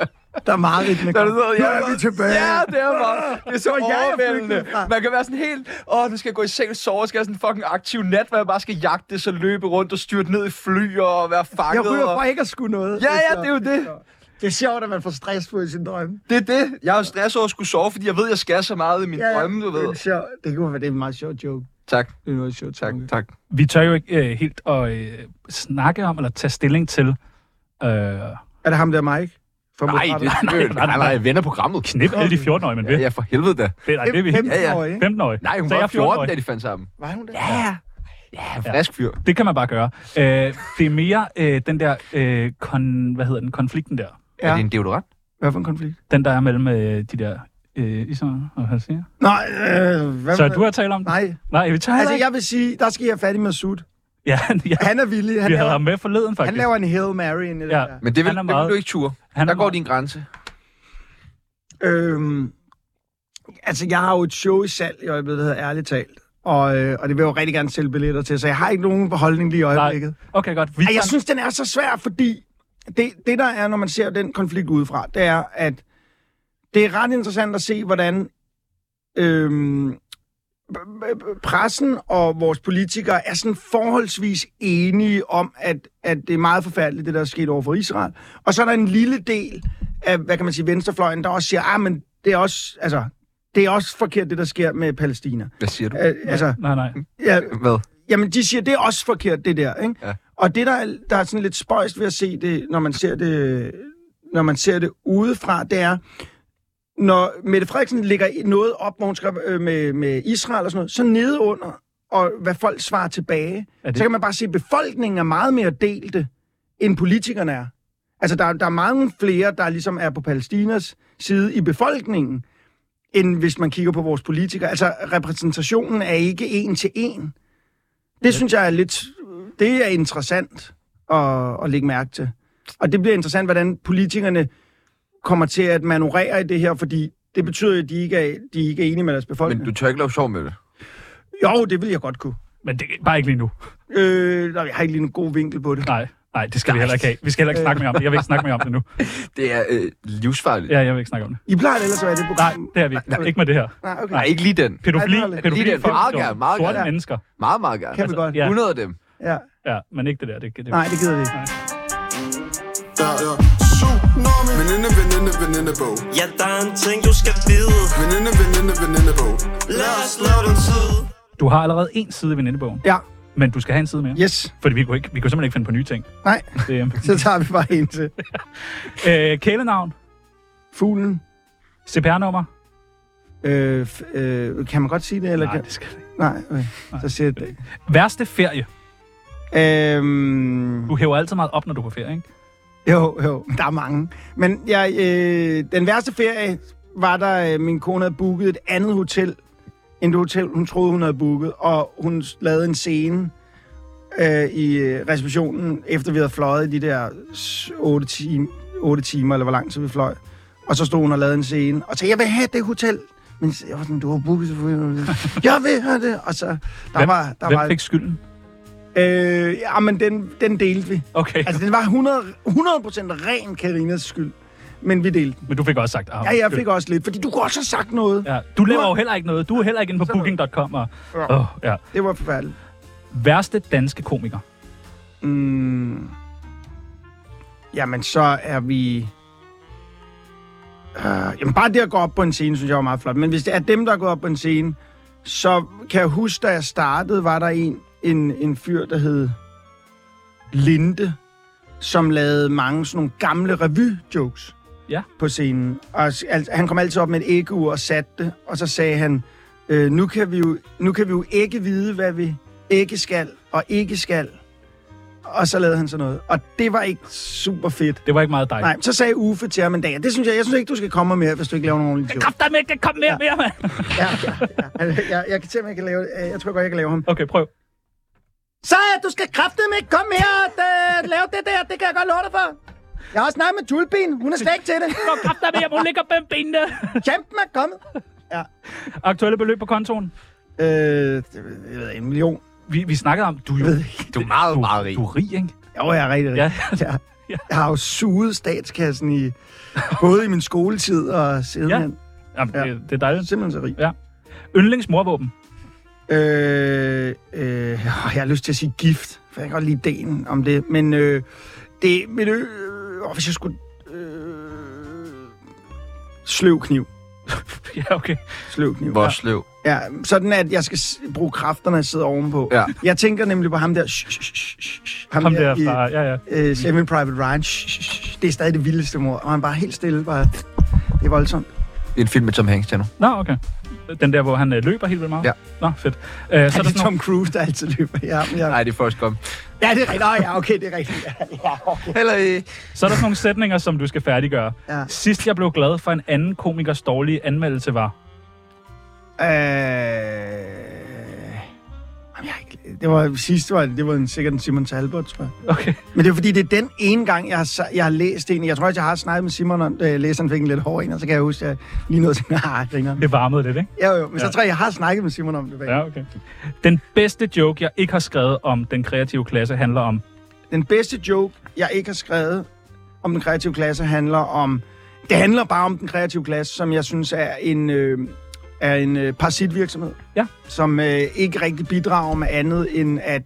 Speaker 4: Der er meget lidt med
Speaker 1: Der er det noget, ja,
Speaker 7: Nu er vi tilbage.
Speaker 1: Ja, det er bare. Det er så
Speaker 4: jeg er
Speaker 1: overvældende.
Speaker 4: flygtet fra.
Speaker 1: Man kan være sådan helt, åh, nu skal jeg gå i seng og sove, og skal have sådan en fucking aktiv nat, hvor jeg bare skal jagte det, så løbe rundt og styrte ned i fly og være fanget.
Speaker 4: Jeg ryger
Speaker 1: og...
Speaker 4: fra ikke at skulle noget.
Speaker 1: Ja, ja, det er jo det.
Speaker 4: Det er sjovt, at man får stress på i sin drømme.
Speaker 1: Det er det. Jeg er jo stresset over at skulle sove, fordi jeg ved, jeg skal så meget i min ja, drømme, du
Speaker 4: Det,
Speaker 1: ved.
Speaker 4: er sjovt. det kunne være, det er en meget sjov joke.
Speaker 1: Tak,
Speaker 4: Det er noget sjovt.
Speaker 1: tak,
Speaker 4: tanke.
Speaker 1: tak.
Speaker 2: Vi tør jo ikke øh, helt at øh, snakke om, eller tage stilling til, øh,
Speaker 4: Er det ham der, Mike? For
Speaker 1: Nej, det,
Speaker 2: nej, nej, nej.
Speaker 1: jeg vender programmet.
Speaker 2: knip alle de 14-årige, man vil.
Speaker 1: Ja, for helvede da.
Speaker 2: Det, nej, det er vi helt.
Speaker 1: ja.
Speaker 4: 15-årige.
Speaker 2: 15-årige.
Speaker 1: Nej, hun
Speaker 2: Så jeg
Speaker 1: var
Speaker 2: er
Speaker 1: 14, da
Speaker 2: 14-årig.
Speaker 1: de fandt sammen.
Speaker 4: Var hun det?
Speaker 1: Ja, ja, frisk fyr.
Speaker 2: Det kan man bare gøre. Øh, det er mere øh, den der, øh, kon, hvad hedder den, konflikten der.
Speaker 1: Ja. Er
Speaker 4: Ja.
Speaker 1: det en deodorant?
Speaker 4: Hvad for en konflikt?
Speaker 2: Den, der er mellem øh, de der øh, iserne og halsier.
Speaker 4: Nej, øh, hvad
Speaker 2: Så du har talt om den?
Speaker 4: Nej.
Speaker 2: Nej, vi tager
Speaker 4: Altså,
Speaker 2: altså, jeg...
Speaker 4: jeg vil sige, der skal I have fat i Masud.
Speaker 2: Ja, ja,
Speaker 4: Han er villig. Han,
Speaker 2: vi havde ham
Speaker 4: laver,
Speaker 2: med forleden, faktisk.
Speaker 4: han laver en Hail Mary ind i det
Speaker 2: Ja.
Speaker 4: der.
Speaker 1: Men det vil,
Speaker 2: Han er
Speaker 1: det vil
Speaker 2: meget-
Speaker 1: du ikke ture.
Speaker 2: han
Speaker 1: Der
Speaker 2: er
Speaker 1: går
Speaker 2: meget-
Speaker 1: din grænse.
Speaker 4: Øhm, altså, jeg har jo et show i salg i øjeblikket, der hedder Ærligt Talt. Og, øh, og det vil jeg jo rigtig gerne sælge billetter til, så jeg har ikke nogen holdning lige i øjeblikket.
Speaker 2: Nej. Okay, godt. Vi
Speaker 4: Ej, jeg
Speaker 2: tager-
Speaker 4: synes, den er så svær, fordi det, det, der er, når man ser den konflikt udefra, det er, at det er ret interessant at se, hvordan øhm, p- p- pressen og vores politikere er sådan forholdsvis enige om, at, at det er meget forfærdeligt, det der er sket over for Israel. Og så er der en lille del af, hvad kan man sige, venstrefløjen, der også siger, ah, men det er også, altså, det er også forkert, det der sker med Palæstina.
Speaker 1: Hvad siger du?
Speaker 4: Øh, altså,
Speaker 2: Nej, nej.
Speaker 4: ja,
Speaker 1: Hvad?
Speaker 4: Jamen, de siger, det er også forkert, det der, ikke?
Speaker 1: Ja.
Speaker 4: Ja. Og det, der, er- der er sådan lidt spøjst ved at se det, når man ser det, når man ser det udefra, det er, når Mette Frederiksen lægger noget op, hvor hun skriver øh, med, med Israel og sådan noget, så nedeunder, og hvad folk svarer tilbage,
Speaker 2: Er det-
Speaker 4: så kan man bare se, at befolkningen er meget mere delte, end politikerne er. Altså, der, er- der er mange flere, der ligesom er på Palæstinas side i befolkningen, end hvis man kigger på vores politikere. Altså, repræsentationen er ikke en til en. Det synes jeg er lidt... Det er interessant at, at lægge mærke til. Og det bliver interessant, hvordan politikerne kommer til at manøvrere i det her, fordi det betyder jo, at de ikke er, de ikke er enige med deres
Speaker 1: Men
Speaker 4: befolkning.
Speaker 1: du tør ikke lave sjov med det.
Speaker 4: Jo, det vil jeg godt kunne.
Speaker 2: Men det, bare ikke lige nu.
Speaker 4: Øh, nej, jeg har ikke lige en god vinkel på det.
Speaker 2: Nej, nej, det skal vi heller ikke have. Vi skal heller ikke snakke mere om det. Jeg vil ikke snakke mere om det nu.
Speaker 1: Det er øh, livsfarligt.
Speaker 2: Ja, jeg vil ikke snakke om det.
Speaker 4: I plejer ellers at være i det
Speaker 2: Nej,
Speaker 4: program.
Speaker 2: det er vi ikke. Ikke med det her.
Speaker 4: Nej, okay.
Speaker 1: Nej, ikke lige den.
Speaker 2: Pædofili,
Speaker 4: Nej, det er det.
Speaker 2: pædofili
Speaker 1: Lige
Speaker 2: i
Speaker 1: det. Meget
Speaker 2: folkeskolen.
Speaker 1: gerne, meget
Speaker 2: Sorte
Speaker 1: gerne.
Speaker 2: mennesker.
Speaker 1: Meget, meget gerne.
Speaker 4: Kan vi godt.
Speaker 2: ja.
Speaker 1: 100 af dem.
Speaker 4: Ja.
Speaker 2: Ja, men ikke det der. Det, det,
Speaker 4: Nej, det gider vi ikke.
Speaker 6: Der er tsunami. Veninde, veninde, venindebog.
Speaker 5: Ja, der er en ting, du skal vide
Speaker 6: Veninde, veninde, venindebog.
Speaker 5: Lad os lave den tid
Speaker 2: Du har allerede en side i venindebogen,
Speaker 4: Ja,
Speaker 2: men du skal have en side mere.
Speaker 4: yes.
Speaker 2: Fordi vi kunne, ikke, vi kunne simpelthen ikke finde på nye ting.
Speaker 4: Nej,
Speaker 2: Det,
Speaker 4: så tager vi bare en til.
Speaker 2: øh, kælenavn,
Speaker 4: Fuglen.
Speaker 2: CPR-nummer.
Speaker 4: Øh, f- øh, kan man godt sige det? Eller
Speaker 2: Nej,
Speaker 4: kan...
Speaker 2: det skal det ikke.
Speaker 4: Nej, okay. Så siger jeg det.
Speaker 2: Værste ferie.
Speaker 4: Øhm,
Speaker 2: Du hæver altid meget op, når du er på ferie, ikke?
Speaker 4: jo, jo, der er mange. Men jeg, øh, den værste ferie var der, øh, min kone havde booket et andet hotel, end det hotel, hun troede, hun havde booket. Og hun s- lavede en scene øh, i øh, receptionen, efter vi havde fløjet i de der 8, time, 8 timer, eller hvor lang tid vi fløj. Og så stod hun og lavede en scene, og sagde, jeg vil have det hotel. Men jeg var sådan, du har booket selvfølgelig. Jeg vil have det. Og så, der
Speaker 2: Hvem,
Speaker 4: var... Der
Speaker 2: hvem
Speaker 4: var,
Speaker 2: fik skylden?
Speaker 4: Øh, ja, men den, den delte vi.
Speaker 2: Okay,
Speaker 4: Altså, den var 100, 100% ren Karinas skyld. Men vi delte den.
Speaker 2: men du fik også sagt, ah,
Speaker 4: Ja, jeg
Speaker 2: skyld.
Speaker 4: fik også lidt, fordi du kunne også have sagt noget. Ja.
Speaker 2: Ja, du laver jo heller ikke noget. Du er heller ikke inde på booking.com. Og,
Speaker 4: Altså- Ja.
Speaker 2: Åh, ja.
Speaker 4: Det var forfærdeligt.
Speaker 2: Værste danske komiker.
Speaker 4: Mm. Jamen, så er vi... Uh, jamen, bare det at gå op på en scene, synes jeg var meget flot. Men hvis det er dem, der er gået op på en scene, så kan jeg huske, da jeg startede, var der en, en, en fyr, der hed Linde, som lavede mange sådan nogle gamle revy-jokes
Speaker 2: Ja.
Speaker 4: på scenen. Og, s- altså, han kom altid op med et æggeur og satte det, og så sagde han, øh, nu, kan vi jo, nu kan vi jo ikke vide, hvad vi ikke skal og ikke skal. Og så lavede han sådan noget. Og det var ikke super fedt.
Speaker 2: Det var ikke meget dig.
Speaker 4: Nej, så sagde Uffe til ham en dag, og det synes jeg, jeg synes ikke, du skal komme med mere, hvis du ikke laver nogen ordentlig show.
Speaker 2: Kraft med, ikke, kom mere, mere, mand.
Speaker 4: Ja, ja, ja. Jeg, jeg, jeg, kan se, om jeg kan lave, øh, jeg tror godt, jeg kan lave ham.
Speaker 2: Okay, prøv.
Speaker 4: Så øh, du skal kraftedeme ikke komme her og øh, lave det der. Det kan jeg godt love dig for. Jeg har også snakket med Tulpin. Hun er slet ikke til det.
Speaker 2: Kom, kraft med, jeg må ligge op mellem benene.
Speaker 4: Champen er kommet.
Speaker 2: Aktuelle beløb på kontoen.
Speaker 4: Øh, det ved- jeg ved, ikke, en million.
Speaker 2: Vi, vi snakkede om, du er jo
Speaker 4: ved
Speaker 1: Du er meget,
Speaker 2: du,
Speaker 1: meget rig.
Speaker 2: Du er rig, ikke?
Speaker 4: Jo, jeg er rigtig rig.
Speaker 2: Ja.
Speaker 4: Ja. Jeg, jeg har jo suget statskassen i, både i min skoletid og sidenhen.
Speaker 2: Jamen,
Speaker 4: Ja.
Speaker 2: ja. det, det er
Speaker 4: Ja.
Speaker 2: dejligt.
Speaker 4: Simpelthen så rig.
Speaker 2: Yndlingsmorvåben.
Speaker 4: Øh, øh, åh, jeg har lyst til at sige gift, for jeg kan godt lide ideen om det. Men øh, det mit ø... Øh, åh, hvis jeg skulle... Øh, sløv kniv.
Speaker 2: ja, okay.
Speaker 4: Sløv kniv.
Speaker 1: Hvor sløv.
Speaker 4: Ja, sådan at jeg skal s- bruge kræfterne at sidde ovenpå.
Speaker 1: Ja.
Speaker 4: Jeg tænker nemlig på ham der... sh- sh- sh- sh- sh-
Speaker 2: Ham der fra... Ja, ja.
Speaker 4: øh, Saving Private Ryan. Sh- sh- sh- Det er stadig det vildeste mor. Og han er bare helt stille. Bare, det er voldsomt.
Speaker 1: Det er en film med Tom Hanks, Tjerno.
Speaker 2: Nå, okay. Den der, hvor han øh, løber helt vildt meget?
Speaker 1: Ja.
Speaker 2: Nå, fedt. Øh, så er der
Speaker 4: Så er
Speaker 2: sådan
Speaker 4: det
Speaker 2: nogle...
Speaker 4: Tom Cruise, der altid løber. Ja, ja.
Speaker 1: Nej, det er først kom.
Speaker 4: ja det er rigtigt. Nå, ja, okay, det er rigtigt. Ja, ja, okay.
Speaker 1: Heller ikke.
Speaker 2: Så er der sådan nogle sætninger, som du skal færdiggøre.
Speaker 4: Ja.
Speaker 2: Sidst jeg blev glad for en anden komikers dårlige anmeldelse var...
Speaker 4: Øh... Jamen, jeg har ikke... Det var sidste var det var en, sikkert en Simon Talbot, tror jeg.
Speaker 2: Okay.
Speaker 4: Men det er fordi, det er den ene gang, jeg har, sa- jeg har læst en. Jeg tror også, jeg har snakket med Simon om det. Jeg læste, han fik en lidt hård en, og så kan jeg huske, at jeg lige nåede til, nej, grineren.
Speaker 2: Det varmede lidt, ikke?
Speaker 4: Ja, jo, men
Speaker 2: Ja.
Speaker 4: så tror jeg, jeg har snakket med Simon om det. Bag.
Speaker 2: Ja, okay. Den bedste joke, jeg ikke har skrevet om den kreative klasse, handler om...
Speaker 4: Den bedste joke, jeg ikke har skrevet om den kreative klasse, handler om... Det handler bare om den kreative klasse, som jeg synes er en, øh, er en øh, parasitvirksomhed.
Speaker 2: Ja.
Speaker 4: Som øh, ikke rigtig bidrager med andet end at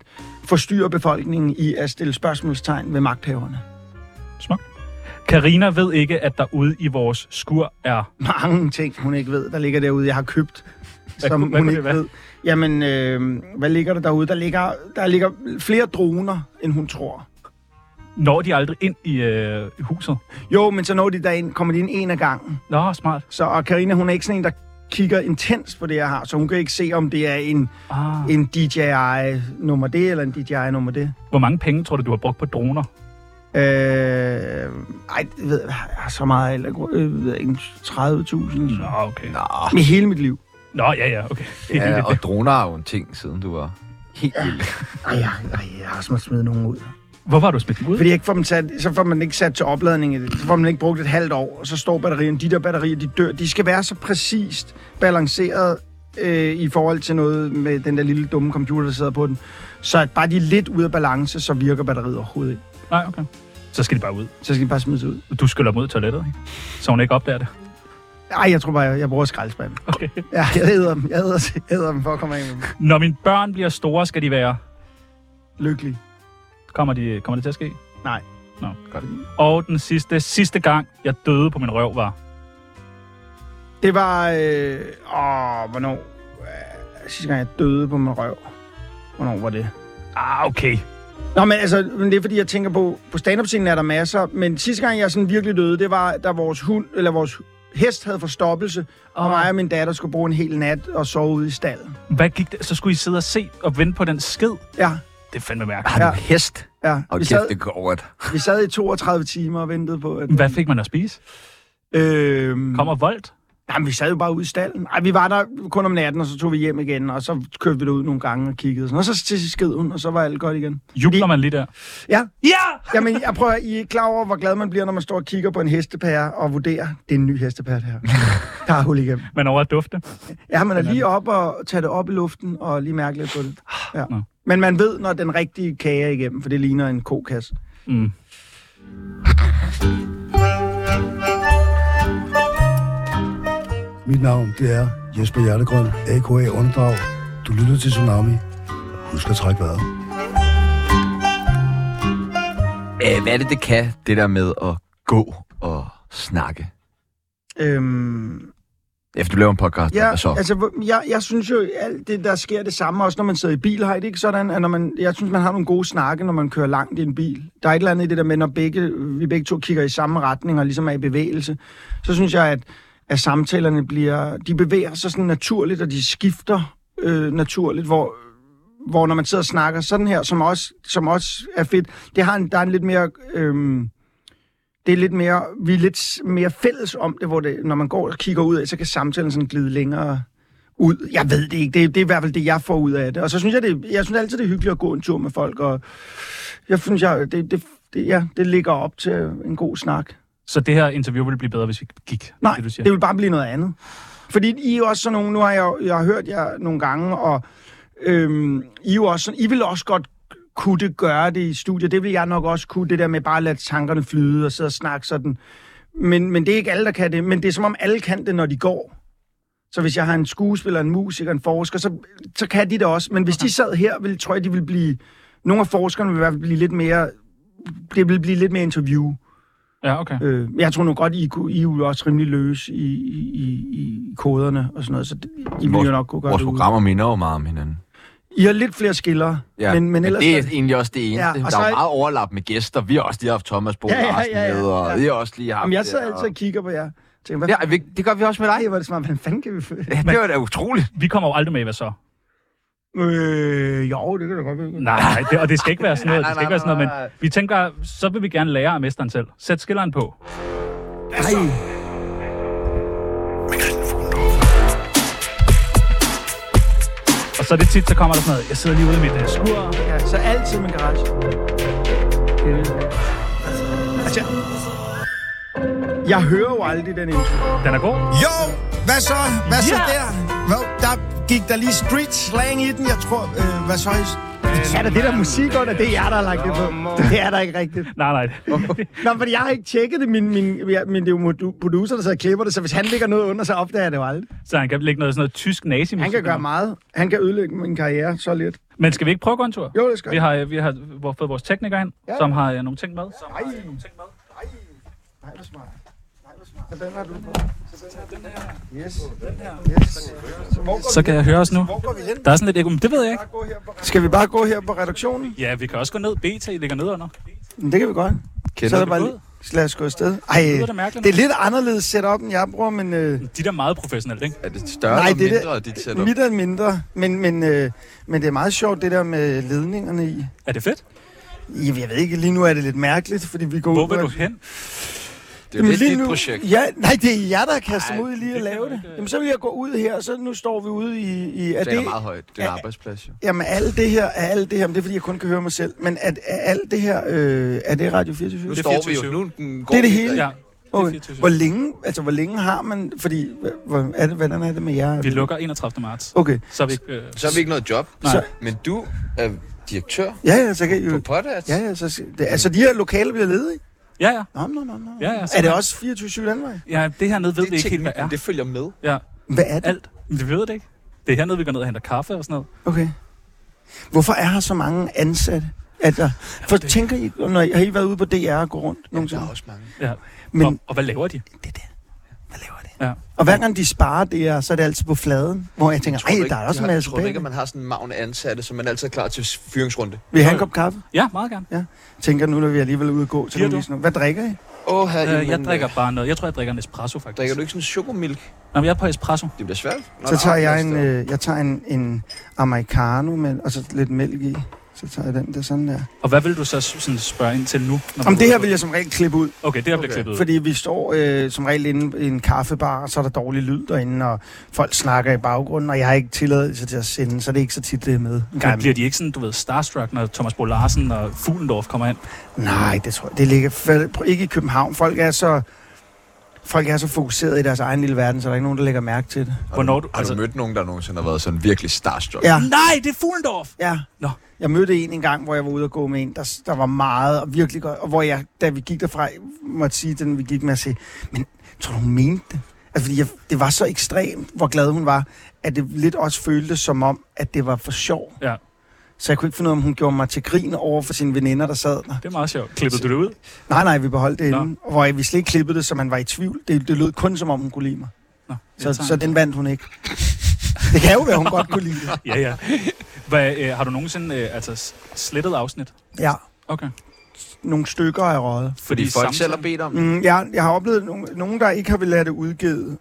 Speaker 4: forstyrre befolkningen i at stille spørgsmålstegn ved magthaverne.
Speaker 2: Smukt. Karina ved ikke, at der ude i vores skur er...
Speaker 4: Mange ting, hun ikke ved, der ligger derude, jeg har købt,
Speaker 2: Hvad
Speaker 4: som
Speaker 2: kunne- hvad
Speaker 4: hun
Speaker 2: kunne det
Speaker 4: ikke
Speaker 2: være?
Speaker 4: ved. Jamen, øh, hvad ligger der derude? Der ligger, der ligger flere droner, end hun tror.
Speaker 2: Når de aldrig ind i, øh, i huset.
Speaker 4: Jo, men så når de derind, kommer de ind en af gangen.
Speaker 2: Nå, smart.
Speaker 4: Så, og Karina, hun er ikke sådan en, der kigger intens på det, jeg har, så hun kan ikke se, om det er en,
Speaker 2: Ah.
Speaker 4: en DJI-nummer det, eller en DJI-nummer det.
Speaker 2: Hvor mange penge tror du, du har brugt på droner?
Speaker 4: Øh, ej, det ved jeg, jeg har så meget, eller, øh, ved jeg ikke, 30.000,
Speaker 2: Nå,
Speaker 4: så.
Speaker 2: Ah, okay. Nå,
Speaker 4: Med hele mit liv.
Speaker 2: Nå ja, ja, okay.
Speaker 1: Ja, og droner er jo en ting, siden du var helt vild.
Speaker 4: Ej, jeg, ej, jeg har også måttet smide nogen ud.
Speaker 2: Hvorfor har du smidt dem ud?
Speaker 4: Fordi jeg ikke får dem sat, så får man ikke sat til opladning, i det. så får man ikke brugt et halvt år, og så står batterierne, de der batterier, de dør. De skal være så præcist balanceret øh, i forhold til noget med den der lille dumme computer, der sidder på den. Så at bare de er lidt ude af balance, så virker batteriet overhovedet ikke.
Speaker 2: Nej, okay. Så skal de bare ud.
Speaker 4: Så skal de bare smides ud.
Speaker 2: Du skyller mod toilettet, ikke? Så hun ikke opdager det.
Speaker 4: Ej, jeg tror bare, jeg, jeg bruger skraldespanden.
Speaker 2: Okay.
Speaker 4: Ja, jeg æder dem. Jeg æder, jeg æder dem for at komme af med dem.
Speaker 2: Når mine børn bliver store, skal de være...
Speaker 4: Lykkelig.
Speaker 2: Kommer, de, kommer det til at ske?
Speaker 4: Nej.
Speaker 2: Nå,
Speaker 1: Godt.
Speaker 2: Og den sidste, sidste gang, jeg døde på min røv, var...
Speaker 4: Det var... Øh, åh, hvornår... Øh, sidste gang, jeg døde på min røv. Hvornår var det?
Speaker 2: Ah, okay.
Speaker 4: Nå, men altså, men det er fordi, jeg tænker på, på stand-up-scenen er der masser, men sidste gang, jeg sådan virkelig døde, det var, da vores hund, eller vores hest havde forstoppelse, og mig og min datter skulle bruge en hel nat og sove ude i stallen.
Speaker 2: Hvad gik det? Så skulle I sidde og se og vente på den skid?
Speaker 4: Ja,
Speaker 2: Det er fandme mærkeligt.
Speaker 1: Har du
Speaker 4: Ja.
Speaker 1: en hest?
Speaker 4: ja.
Speaker 1: Og
Speaker 4: vi,
Speaker 1: kæft,
Speaker 4: sad,
Speaker 1: det går over.
Speaker 4: vi sad i 32 timer og ventede på, at...
Speaker 2: Hvad fik man at spise?
Speaker 4: Øhm,
Speaker 2: Kommer voldt?
Speaker 4: Jamen, vi sad jo bare ude i stallen. Ej, vi var der kun om natten, og så tog vi hjem igen, og så kørte vi derud nogle gange og kiggede. og Sådan, og så til sidst sked hun, og så var alt godt igen.
Speaker 2: Jubler man lige der?
Speaker 4: Ja,
Speaker 2: Ja!
Speaker 4: Jamen, jeg prøver, I er ikke klar over, hvor glad man bliver, når man står og kigger på en hestepære og vurderer, det er en ny hestepære, det her. Der er hul igennem.
Speaker 2: Man over at dufte.
Speaker 4: Ja, man er lige op og tager det op i luften og lige mærke lidt på det. Ja.
Speaker 2: Ah, Nå.
Speaker 4: Men man ved, når den rigtige kage er igennem, for det ligner en kokasse.
Speaker 2: Mm.
Speaker 7: Mit navn, det er Jesper Hjertegrøn, AKA Underdrag. Du lytter til Tsunami. Husk at trække vejret.
Speaker 1: Æh, hvad er det, det kan, det der med at gå og snakke?
Speaker 4: Øhm,
Speaker 1: Efter du laver en podcast, ja,
Speaker 4: ja,
Speaker 1: hvad så? Altså,
Speaker 4: altså, hvor- jeg, jeg synes jo, alt det, der sker det samme, også når man sidder i bil, har I det ikke sådan, at når man, jeg synes, man har nogle gode snakke, når man kører langt i en bil. Der er et eller andet i det der med, når begge, vi begge to kigger i samme retning og ligesom er i bevægelse, så synes jeg, at, at samtalerne bliver, de bevæger sig sådan naturligt, og de skifter øh, naturligt, hvor hvor når man sidder og snakker sådan her, som også, som også er fedt, det har en, der er en lidt mere... Øhm, det er lidt mere, vi er lidt s- mere fælles om det, hvor det, når man går og kigger ud af, så kan samtalen sådan glide længere ud. Jeg ved det ikke. Det, det er i hvert fald det, jeg får ud af det. Og så synes jeg, det, jeg synes altid, det er hyggeligt at gå en tur med folk, og jeg synes, jeg, det, det, det, ja, det ligger op til en god snak.
Speaker 2: Så det her interview ville blive bedre, hvis vi gik?
Speaker 4: Nej,
Speaker 2: det, du siger.
Speaker 4: det vil bare blive noget andet. Fordi I er jo også sådan nogle, nu har jeg, jeg har hørt jer nogle gange, og øhm, I, er jo også sådan, I vil også godt kunne det gøre det i studiet. Det vil jeg nok også kunne, det der med bare at lade tankerne flyde og sidde og snakke sådan. Men, men det er ikke alle, der kan det. Men det er som om alle kan det, når de går. Så hvis jeg har en skuespiller, en musiker, en forsker, så, så kan de det også. Men hvis de sad her, vil, tror jeg, de vil blive... Nogle af forskerne vil i hvert fald blive lidt mere... Det vil blive lidt mere interview.
Speaker 2: Ja, okay.
Speaker 4: Øh, men jeg tror nu godt, I, kunne, I er jo også rimelig løse i, i, i, i koderne og sådan noget, så det, I ville
Speaker 1: Vores-
Speaker 4: jo nok kunne gøre
Speaker 1: Vores
Speaker 4: det ud.
Speaker 1: programmer minder jo meget om hinanden.
Speaker 4: I har lidt flere skiller, ja. men, men ellers...
Speaker 1: det er egentlig også det eneste.
Speaker 4: Ja,
Speaker 1: Ja,
Speaker 4: og
Speaker 1: der
Speaker 4: så
Speaker 1: er
Speaker 4: er-
Speaker 1: jo meget overlap med gæster. Vi har også lige haft Thomas Bo
Speaker 4: Ja, ja,
Speaker 1: Larsen
Speaker 4: ja, ja,
Speaker 1: med, og
Speaker 4: ja.
Speaker 1: vi har også lige haft...
Speaker 4: Jamen, jeg sidder
Speaker 1: øh,
Speaker 4: altid og kigger på jer. Tænker, hvad,
Speaker 1: Ja,
Speaker 4: ja.
Speaker 1: vi, det gør vi også med dig.
Speaker 4: Ej, hvor er det smart. Hvordan fanden kan vi... f-
Speaker 1: Ja, det var da utroligt.
Speaker 2: Vi kommer jo aldrig med, hvad så?
Speaker 4: Øh, jo, det kan da godt være.
Speaker 2: Nej, nej, det, og det skal ikke være sådan noget.
Speaker 1: Nej,
Speaker 2: Det skal
Speaker 1: nej,
Speaker 2: ikke være sådan noget,
Speaker 1: nej,
Speaker 2: men vi tænker, så vil vi gerne lære af mesteren selv. Sæt skilleren på. Og så er det tit, så kommer der sådan noget, jeg sidder lige ude i mit øh, skur.
Speaker 4: Ja, så altid med garage. Det er det. Altså, jeg hører jo aldrig den intro.
Speaker 2: Den er god.
Speaker 8: Jo, hvad så? Hvad så
Speaker 2: Ja.
Speaker 8: der? Hvad? Der gik der lige street slang i den, jeg tror. Øh, hvad så?
Speaker 4: Er det det der musik under? Det er jer, der har lagt det på. Det er der ikke rigtigt.
Speaker 2: Nej, nej.
Speaker 4: Nå, fordi jeg har ikke tjekket det. Min, min, ja, men det er jo modu- producer, der sidder og klipper det, så hvis han lægger noget under, så opdager jeg det jo aldrig.
Speaker 2: Så han kan lægge noget sådan noget tysk nazi
Speaker 4: Han kan gøre meget. Han kan ødelægge min karriere så lidt.
Speaker 2: Men skal vi ikke prøve at gå en tur?
Speaker 4: Jo, det skal
Speaker 2: Vi har, øh, vi har øh, fået vores tekniker ind, ja. som har øh, nogle ting med. Som har, øh, nogle ting med.
Speaker 4: Nej, hvor smart. Nej, hvor smart. Hvordan har du på? Yes.
Speaker 2: Så kan jeg høre os nu. Der er sådan lidt ekko, men det ved jeg ikke.
Speaker 4: Skal vi bare gå her på redaktionen?
Speaker 2: Ja, vi kan også gå ned. BT ligger nedenunder. Mm.
Speaker 4: Men det kan vi godt. så er der
Speaker 1: du
Speaker 4: bare
Speaker 2: det
Speaker 4: lige... Lad os gå afsted. Ej,
Speaker 2: lyder da mærkeligt.
Speaker 4: det er lidt anderledes setup, end jeg bruger, men øh,
Speaker 2: De der er meget professionelle, ikke?
Speaker 9: Er det større
Speaker 4: Nej,
Speaker 9: Nej,
Speaker 4: det er
Speaker 9: det
Speaker 4: det-
Speaker 9: mindre, dit setup?
Speaker 4: mit er mindre. Men, men, øh, men det er meget sjovt, det der med ledningerne i.
Speaker 2: Er det fedt?
Speaker 4: Jeg, jeg ved ikke, lige nu er det lidt mærkeligt, fordi vi går
Speaker 2: Hvor
Speaker 4: ud på...
Speaker 2: vil du hen?
Speaker 9: Det er jo lidt dit projekt.
Speaker 4: Ja, nej, det er jer, der har kastet mig ud i lige
Speaker 2: det
Speaker 4: at
Speaker 2: kan du
Speaker 4: lave det.
Speaker 2: ikke, øh.
Speaker 4: Jamen, så vil jeg gå ud her, og så nu står vi ude i... i er
Speaker 9: Det er
Speaker 4: det,
Speaker 9: meget højt. Det er en arbejdsplads, jo.
Speaker 4: jamen, alt det her, er alt det her, men det er, fordi jeg kun kan høre mig selv, men er, er alt det her, øh, er det Radio 24
Speaker 9: Nu
Speaker 4: det,
Speaker 9: står vi jo.
Speaker 2: 24.
Speaker 9: Nu den går
Speaker 4: det er det
Speaker 9: vi-
Speaker 4: hele?
Speaker 2: Ja.
Speaker 4: Okay.
Speaker 2: 24.
Speaker 4: Hvor længe, altså, hvor længe har man... Fordi, hva- hvor, er det, hvordan er det med jer?
Speaker 2: Vi lukker 31. marts.
Speaker 4: Okay.
Speaker 2: Så er vi ikke... Øh,
Speaker 9: Så har vi ikke noget job.
Speaker 2: nej.
Speaker 4: så-
Speaker 9: Men du er direktør
Speaker 4: Ja, ja, så kan I
Speaker 9: på
Speaker 4: jo...
Speaker 9: Potats.
Speaker 4: Ja, ja, så... Det, altså, de her lokaler bliver ledige.
Speaker 2: Ja, ja.
Speaker 4: Nå, nå, nå, nå.
Speaker 2: Ja, ja, så-
Speaker 4: er det også 24-7 landvej?
Speaker 2: Ja, det her nede ved
Speaker 9: Det
Speaker 2: vi
Speaker 9: er
Speaker 2: ikke helt, hvad
Speaker 9: teknikken,
Speaker 2: er.
Speaker 9: det følger med.
Speaker 2: Ja,
Speaker 4: Hvad er det?
Speaker 2: alt. Men vi ved det ikke. Det er hernede, vi går ned og henter kaffe og sådan noget.
Speaker 4: Okay. Hvorfor er her så mange ansatte? At der, for det... tænker I, når I, har I været ude på DR og gå rundt
Speaker 9: Der
Speaker 4: nogensinde?
Speaker 9: er også mange.
Speaker 2: Ja. Men... Og,
Speaker 4: Men
Speaker 2: og, hvad laver de?
Speaker 4: det der, hvad laver det?
Speaker 2: Ja.
Speaker 4: Og hver gang de sparer DR, så er det altid på fladen, hvor jeg tænker,
Speaker 9: Tror du
Speaker 4: ej,
Speaker 9: ikke,
Speaker 4: der er
Speaker 9: de
Speaker 4: også en
Speaker 9: har-
Speaker 4: masse
Speaker 9: Tror du ikke, at
Speaker 4: bag.
Speaker 9: man har sådan en magn af ansatte, som man altid er klar til fyringsrunde?
Speaker 4: Vil I have en kop kaffe?
Speaker 2: Ja, meget gerne.
Speaker 4: Tænker nu, når vi alligevel er ude at gå, så
Speaker 2: Giver
Speaker 4: kan vi
Speaker 2: du?
Speaker 4: lige sådan noget. Hvad drikker I?
Speaker 9: Åh, her,
Speaker 2: Øh, jeg drikker bare noget. Jeg tror, jeg drikker en espresso, faktisk.
Speaker 9: Drikker du ikke sådan chokomilk?
Speaker 2: Nå, men jeg er på espresso.
Speaker 9: Det bliver svært. Nå,
Speaker 4: Så
Speaker 9: der
Speaker 4: tager
Speaker 9: er
Speaker 4: jeg en,
Speaker 9: andre steder.
Speaker 4: øh, jeg tager en, en americano, med, og så lidt mælk i. Så tager jeg den der sådan der.
Speaker 2: Og hvad vil du så s- sådan spørge ind til nu? når
Speaker 4: Om
Speaker 2: du-
Speaker 4: det her vil jeg som regel klippe ud.
Speaker 2: Okay, det her bliver
Speaker 9: Okay.
Speaker 2: klippet ud.
Speaker 4: Fordi vi står øh, som regel inde i en kaffebar, og så er der dårlig lyd derinde, og folk snakker i baggrunden, og jeg har ikke tilladelse til at sende, så det er ikke så tit, det er med.
Speaker 2: Men bliver de ikke sådan, du ved, starstruck, når Thomas Bo Larsen og Fuglendorf kommer ind?
Speaker 4: Nej, det tror jeg. Det ligger fa- ikke i København. Folk er så... Folk er så fokuseret i deres egen lille verden, så der er ikke nogen, der lægger mærke til det.
Speaker 2: Hvornår du...
Speaker 9: Har du mødt nogen, der nogensinde har været sådan virkelig starstruck?
Speaker 4: Ja,
Speaker 2: Nej, det er Fuglendorf!
Speaker 4: ja.
Speaker 2: Nå.
Speaker 4: Jeg mødte en en gang, hvor jeg var ude og gå med en, der, der var meget og virkelig godt, og hvor jeg, da vi gik derfra, måtte sige, den vi gik med at sige, men tror du, hun mente det? Altså, fordi jeg, det var så ekstremt, hvor glad hun var, at det lidt også føltes som om, at det var for sjov.
Speaker 2: Ja.
Speaker 4: Så jeg kunne ikke finde ud af, om hun gjorde mig til grin over for sine veninder, der sad der.
Speaker 2: Det er meget sjovt. Klippede du det ud?
Speaker 4: Nej, nej, vi beholdt det
Speaker 2: Nå.
Speaker 4: inde. Og hvor vi slet ikke klippede det, så man var i tvivl. Det, det lød kun, som om hun kunne lide mig.
Speaker 2: Nå,
Speaker 4: Så,
Speaker 2: jeg tager
Speaker 4: så
Speaker 2: en.
Speaker 4: den vandt hun ikke. Det kan jo være, hun godt kunne lide det.
Speaker 2: Ja, ja. Hvad, øh, har du nogensinde øh, altså, s- slettet afsnit?
Speaker 4: Ja,
Speaker 2: Okay.
Speaker 4: nogle stykker er røget.
Speaker 9: Fordi folk
Speaker 2: samtalen-
Speaker 9: selv har bedt om det.
Speaker 4: Mm, ja, jeg har oplevet nogen, nogen, der ikke har ville have det udgivet.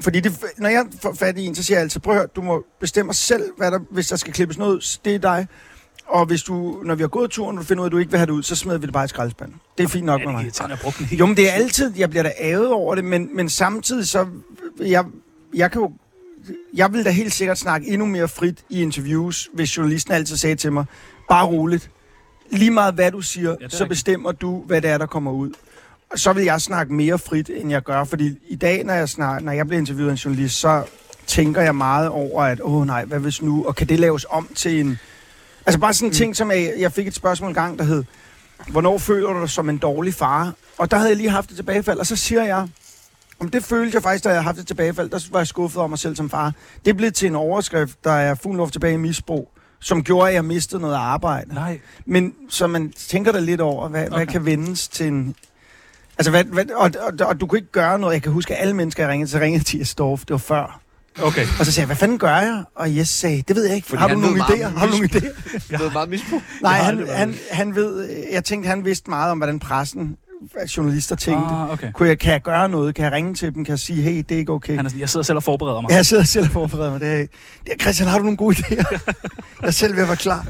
Speaker 4: Fordi det, når jeg får fat i en, så siger jeg altid, prøv at høre, du må bestemme selv, hvad der, hvis der skal klippes noget ud, s- det er dig. Og hvis du, når vi har gået turen, og du finder ud af, at du ikke vil have det ud, så smider vi det bare i skraldespanden. Det er fint nok med mig.
Speaker 2: Han har brugt den helt.
Speaker 4: Jo, men det er altid, jeg bliver da ævet over det, men, men samtidig så, jeg, jeg kan jo, jeg vil da helt sikkert snakke endnu mere frit i interviews, hvis journalisten altid sagde til mig, bare roligt, lige meget hvad du siger,
Speaker 2: det
Speaker 4: ja,
Speaker 2: er
Speaker 4: så
Speaker 2: rigtigt.
Speaker 4: bestemmer du, hvad det er, der kommer ud. Og så vil jeg snakke mere frit, end jeg gør, fordi i dag, når jeg, snak, når jeg bliver interviewet af en journalist, så tænker jeg meget over, at åh nej, hvad hvis nu, og kan det laves om til en... Altså bare
Speaker 9: Mm.
Speaker 4: sådan en ting, som jeg, jeg fik et spørgsmål en gang, der hed, hvornår føler du dig som en dårlig far? Og der havde jeg lige haft et tilbagefald, og så siger jeg, om det følte jeg faktisk, da jeg havde haft et tilbagefald, der var jeg skuffet over mig selv som far. Det blev til en overskrift, der er fuld lov tilbage i misbrug, som gjorde, at jeg mistede noget arbejde.
Speaker 2: Nej.
Speaker 4: Men så man tænker da lidt over, hvad, okay. hvad kan vendes til en... Altså, hvad, hvad, og, og, og, du kunne ikke gøre noget. Jeg kan huske, at alle mennesker, jeg ringede til, ringede til Storff. Det var før.
Speaker 2: Okay.
Speaker 4: Og så sagde jeg, hvad fanden gør jeg? Og Jes sagde, det ved jeg ikke.
Speaker 9: Fordi
Speaker 4: har du
Speaker 9: han ved
Speaker 4: nogle
Speaker 9: meget
Speaker 4: idéer?
Speaker 9: om
Speaker 4: Har du nogle idéer?
Speaker 9: Det er meget misbrug.
Speaker 4: Nej,
Speaker 2: har
Speaker 4: han,
Speaker 2: aldrig været
Speaker 4: han, han ved... øh, Jeg tænkte, han vidste meget om, hvordan pressen, hvad journalister tænkte. Ah.
Speaker 2: Ah, okay.
Speaker 4: Kunne jeg, kan jeg gøre noget? Kan jeg ringe til dem? Kan jeg sige, hey, det er ikke okay?
Speaker 2: Han er sådan, jeg sidder selv og forbereder mig.
Speaker 4: Ja, Jeg sidder selv og forbereder mig. Det er, det er, Christian, har du nogle gode idéer? jeg er selv ved at være klar.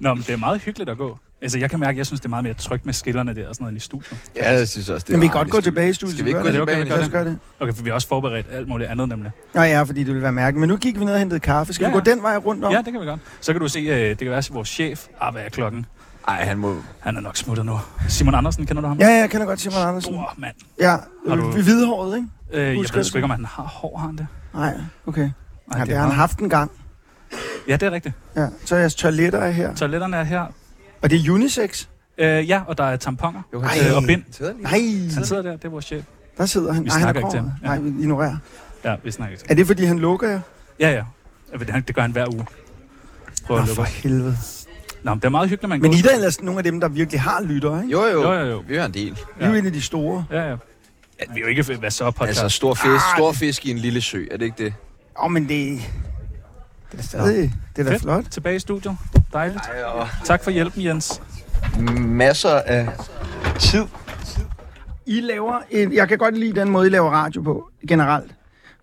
Speaker 2: Nå, men det er meget hyggeligt at gå. Altså, jeg kan mærke, at jeg synes, det er meget mere trygt med skillerne der og sådan noget end i studiet.
Speaker 9: Ja, jeg synes også, det
Speaker 4: Men vi kan
Speaker 9: meget
Speaker 4: godt gå
Speaker 9: misbrug.
Speaker 4: tilbage i studiet.
Speaker 9: Skal vi ikke
Speaker 4: gør
Speaker 9: gå
Speaker 4: det?
Speaker 9: tilbage?
Speaker 2: Okay,
Speaker 4: Lad os
Speaker 9: Nicolaj?
Speaker 4: gøre det.
Speaker 2: Okay, for vi har også forberedt alt muligt andet nemlig.
Speaker 4: Nå ja, fordi det ville være mærkeligt. Men nu gik vi ned og hentede kaffe. Skal ja,
Speaker 2: Ja,
Speaker 4: vi gå
Speaker 2: ja.
Speaker 4: den vej rundt om?
Speaker 2: Ja, det kan vi godt. Så kan du se, øh, det kan være, at vores chef... Ah, hvad er klokken?
Speaker 9: Ej, han må...
Speaker 2: Han er nok smuttet nu. Simon Andersen, kender du ham?
Speaker 4: ja, ja jeg kender godt Simon Andersen.
Speaker 2: Stor mand.
Speaker 4: Ja,
Speaker 2: Har du-
Speaker 4: vi er hvidhåret, ikke?
Speaker 2: Øh, jeg
Speaker 4: Husk
Speaker 2: ved
Speaker 4: det.
Speaker 2: sgu ikke, om han har hår, har han det?
Speaker 4: Nej, okay.
Speaker 2: Nej,
Speaker 4: Ja, det har han haft en gang.
Speaker 2: Ja, det er rigtigt.
Speaker 4: Ja, så er jeres toiletter er her.
Speaker 2: Toiletterne er her.
Speaker 4: Og det er unisex.
Speaker 2: Øh, ja, og der er tamponer
Speaker 9: Jo,
Speaker 4: Ej.
Speaker 2: øh, og bind.
Speaker 4: Nej,
Speaker 2: Han sidder der, det er vores chef.
Speaker 4: der sidder han.
Speaker 2: Vi
Speaker 4: Nej, han
Speaker 2: snakker
Speaker 4: er
Speaker 2: ikke til
Speaker 4: grov.
Speaker 2: ham.
Speaker 4: Nej,
Speaker 2: Ja.
Speaker 4: vi ignorerer.
Speaker 2: Ja, vi snakker ikke.
Speaker 4: Er det, fordi han lukker jer?
Speaker 2: Ja, ja. Ja, men Det, det gør han hver uge. Prøv
Speaker 4: Nå,
Speaker 2: at lukke.
Speaker 4: for
Speaker 2: op.
Speaker 4: helvede.
Speaker 2: Nå, men det er meget hyggeligt, man
Speaker 4: Men I er
Speaker 2: ud.
Speaker 4: da ellers nogle af dem, der virkelig har lyttere, ikke?
Speaker 9: Jo, jo.
Speaker 2: Jo, jo, jo.
Speaker 9: Vi er en del.
Speaker 4: Vi er jo en af de store.
Speaker 2: Ja, ja. ja vi er jo ikke hvad så podcast.
Speaker 9: Altså, stor fisk,
Speaker 4: Ah,
Speaker 9: stor fisk i en lille sø, er det ikke det?
Speaker 4: Åh, men det... Det er stadig... Det er da
Speaker 2: Fedt.
Speaker 4: flot.
Speaker 2: Tilbage i studiet. Dejligt. Ej, og... Tak for hjælpen, Jens.
Speaker 9: Masser af tid.
Speaker 4: I laver... En, jeg kan godt lide den måde, I laver radio på, generelt.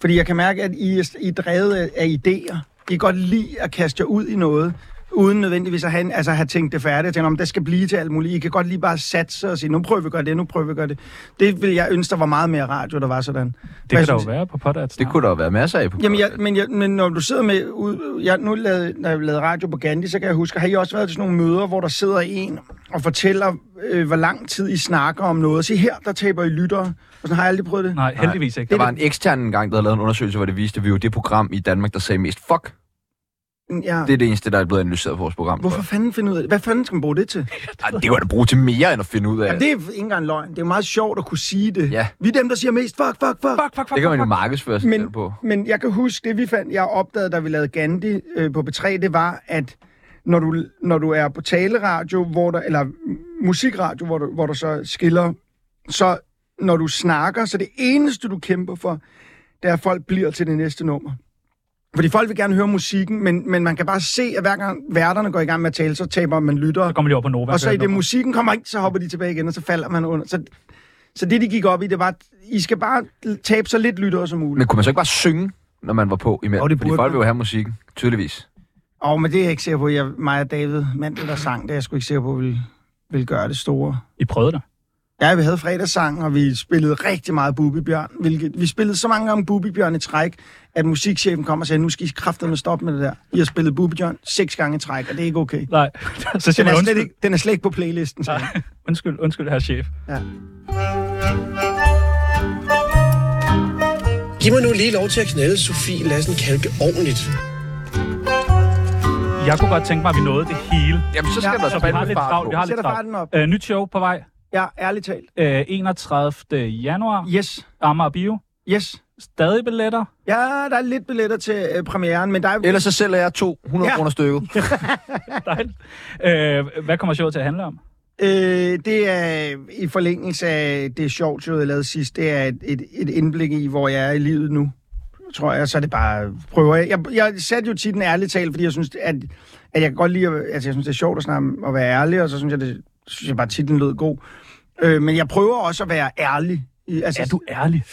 Speaker 4: Fordi jeg kan mærke, at I, er- I er drevet af- af idéer. I kan godt lide at kaste jer ud i noget, uden nødvendigvis at have, en- altså have tænkt det færdigt. Jeg tænker, om det skal blive til alt muligt. I kan godt lige bare satse og sige, nu prøver vi at gøre det, nu prøver vi at gøre det. Det vil jeg ønske, der var meget mere radio, der var sådan.
Speaker 2: Det
Speaker 4: Hvad
Speaker 2: kan der jo
Speaker 4: synes I?
Speaker 2: være på podcast.
Speaker 1: Det kunne der jo være masser af på
Speaker 4: Jamen, jeg, men, jeg, men når du sidder med... Ud, jeg, nu lavede, når jeg lavede radio på Gandhi, så kan jeg huske, har I også været til sådan nogle møder, hvor der sidder en og fortæller, øh, hvor lang tid I snakker om noget. Se her, der taber I lyttere. Og sådan har jeg aldrig prøvet det.
Speaker 2: Nej, heldigvis ikke.
Speaker 1: Der var en ekstern engang, der havde lavet en undersøgelse, hvor det viste, at vi var det program i Danmark, der sagde mest fuck.
Speaker 4: Ja.
Speaker 1: Det er det eneste, der er blevet analyseret på vores program.
Speaker 4: Hvorfor fanden finde ud af det? Hvad fanden skal man bruge det til?
Speaker 1: Ej, det var da brugt til mere, end at finde ud af.
Speaker 4: Jamen, det er ikke engang løgn. Det er jo meget sjovt at kunne sige det.
Speaker 1: Ja.
Speaker 4: Vi er dem, der siger mest fuck, fuck, fuck.
Speaker 2: Fuck, fuck, fuck,
Speaker 1: det kan
Speaker 2: fuck,
Speaker 1: man jo
Speaker 2: fuck.
Speaker 1: markedsføre sig selv
Speaker 4: men,
Speaker 1: på.
Speaker 4: men jeg kan huske, det vi fandt, jeg opdagede, da vi lavede Gandhi øh, på B3, det var, at når du, når du er på taleradio, hvor der, eller musikradio, hvor du, hvor du så skiller, så når du snakker, så det eneste, du kæmper for, det er, at folk bliver til det næste nummer. Fordi folk vil gerne høre musikken, men, men man kan bare se, at hver gang værterne går i gang med at tale, så taber man lyttere.
Speaker 2: Så kommer de over på Nova.
Speaker 4: Og så i
Speaker 2: hører
Speaker 4: det
Speaker 2: nummeret.
Speaker 4: musikken kommer ind, så hopper de tilbage igen, og så falder man under. Så, så det, de gik op i, det var, at I skal bare tabe så lidt lyttere som muligt.
Speaker 1: Men kunne man så ikke bare synge, når man var på imellem?
Speaker 4: Jo, det
Speaker 1: Fordi
Speaker 4: burde
Speaker 1: folk vil
Speaker 4: man.
Speaker 1: jo have musikken, tydeligvis.
Speaker 4: Åh, oh, men det er jeg ikke sikker på. Jeg, mig og David Mandel, der sang, det er jeg sgu ikke sikker på, ville, ville gøre det store.
Speaker 2: I prøvede det.
Speaker 4: Ja, vi havde fredagssang, og vi spillede rigtig meget Bubi Bjørn. Hvilket, vi spillede så mange gange Bubi Bjørn i træk, at musikchefen kom og sagde, nu skal I kraftedeme stoppe med det der. I har spillet Bubi Bjørn seks gange i træk, og det er ikke okay.
Speaker 2: Nej, så siger
Speaker 4: Den
Speaker 2: man
Speaker 4: er, slet
Speaker 2: undskyld.
Speaker 4: ikke, den er slet ikke på playlisten, sagde han.
Speaker 2: Undskyld, undskyld, herre chef.
Speaker 8: Giv mig nu lige lov til at knalde Sofie Lassen Kalke ordentligt.
Speaker 2: Jeg kunne godt tænke mig, at vi nåede det hele.
Speaker 1: Jamen, så skal der
Speaker 4: Ja,
Speaker 2: Så vi har
Speaker 1: spændende
Speaker 2: lidt
Speaker 1: fart
Speaker 2: travlt.
Speaker 1: på.
Speaker 2: Vi har lidt
Speaker 4: Sætter farten op.
Speaker 2: travlt. Øh, nyt show på vej.
Speaker 4: Ja, ærligt talt.
Speaker 2: Øh, 31. januar.
Speaker 4: Yes,
Speaker 2: Amager Bio.
Speaker 4: yes.
Speaker 2: Stadig billetter.
Speaker 4: Ja, der er lidt billetter til øh, premieren, men der er...
Speaker 1: Ellers så sælger jeg 200
Speaker 4: Ja.
Speaker 1: ja. kroner stykket.
Speaker 2: Dejligt. Øh, hvad kommer showet til at handle om?
Speaker 4: Øh, det er i forlængelse af det sjovt, jeg lavede sidst. Det er et, et, et indblik i, hvor jeg er i livet nu, tror jeg. Så er det bare prøver jeg. Jeg, jeg satte jo tit en ærlig tale, fordi jeg synes, at, at jeg kan godt lide, at, altså jeg synes, det er sjovt at snakke om at være ærlig, og så synes jeg, det, synes jeg bare, at titlen lød god. Øh, men jeg prøver også at være ærlig. I- Altså,
Speaker 2: Er du ærlig?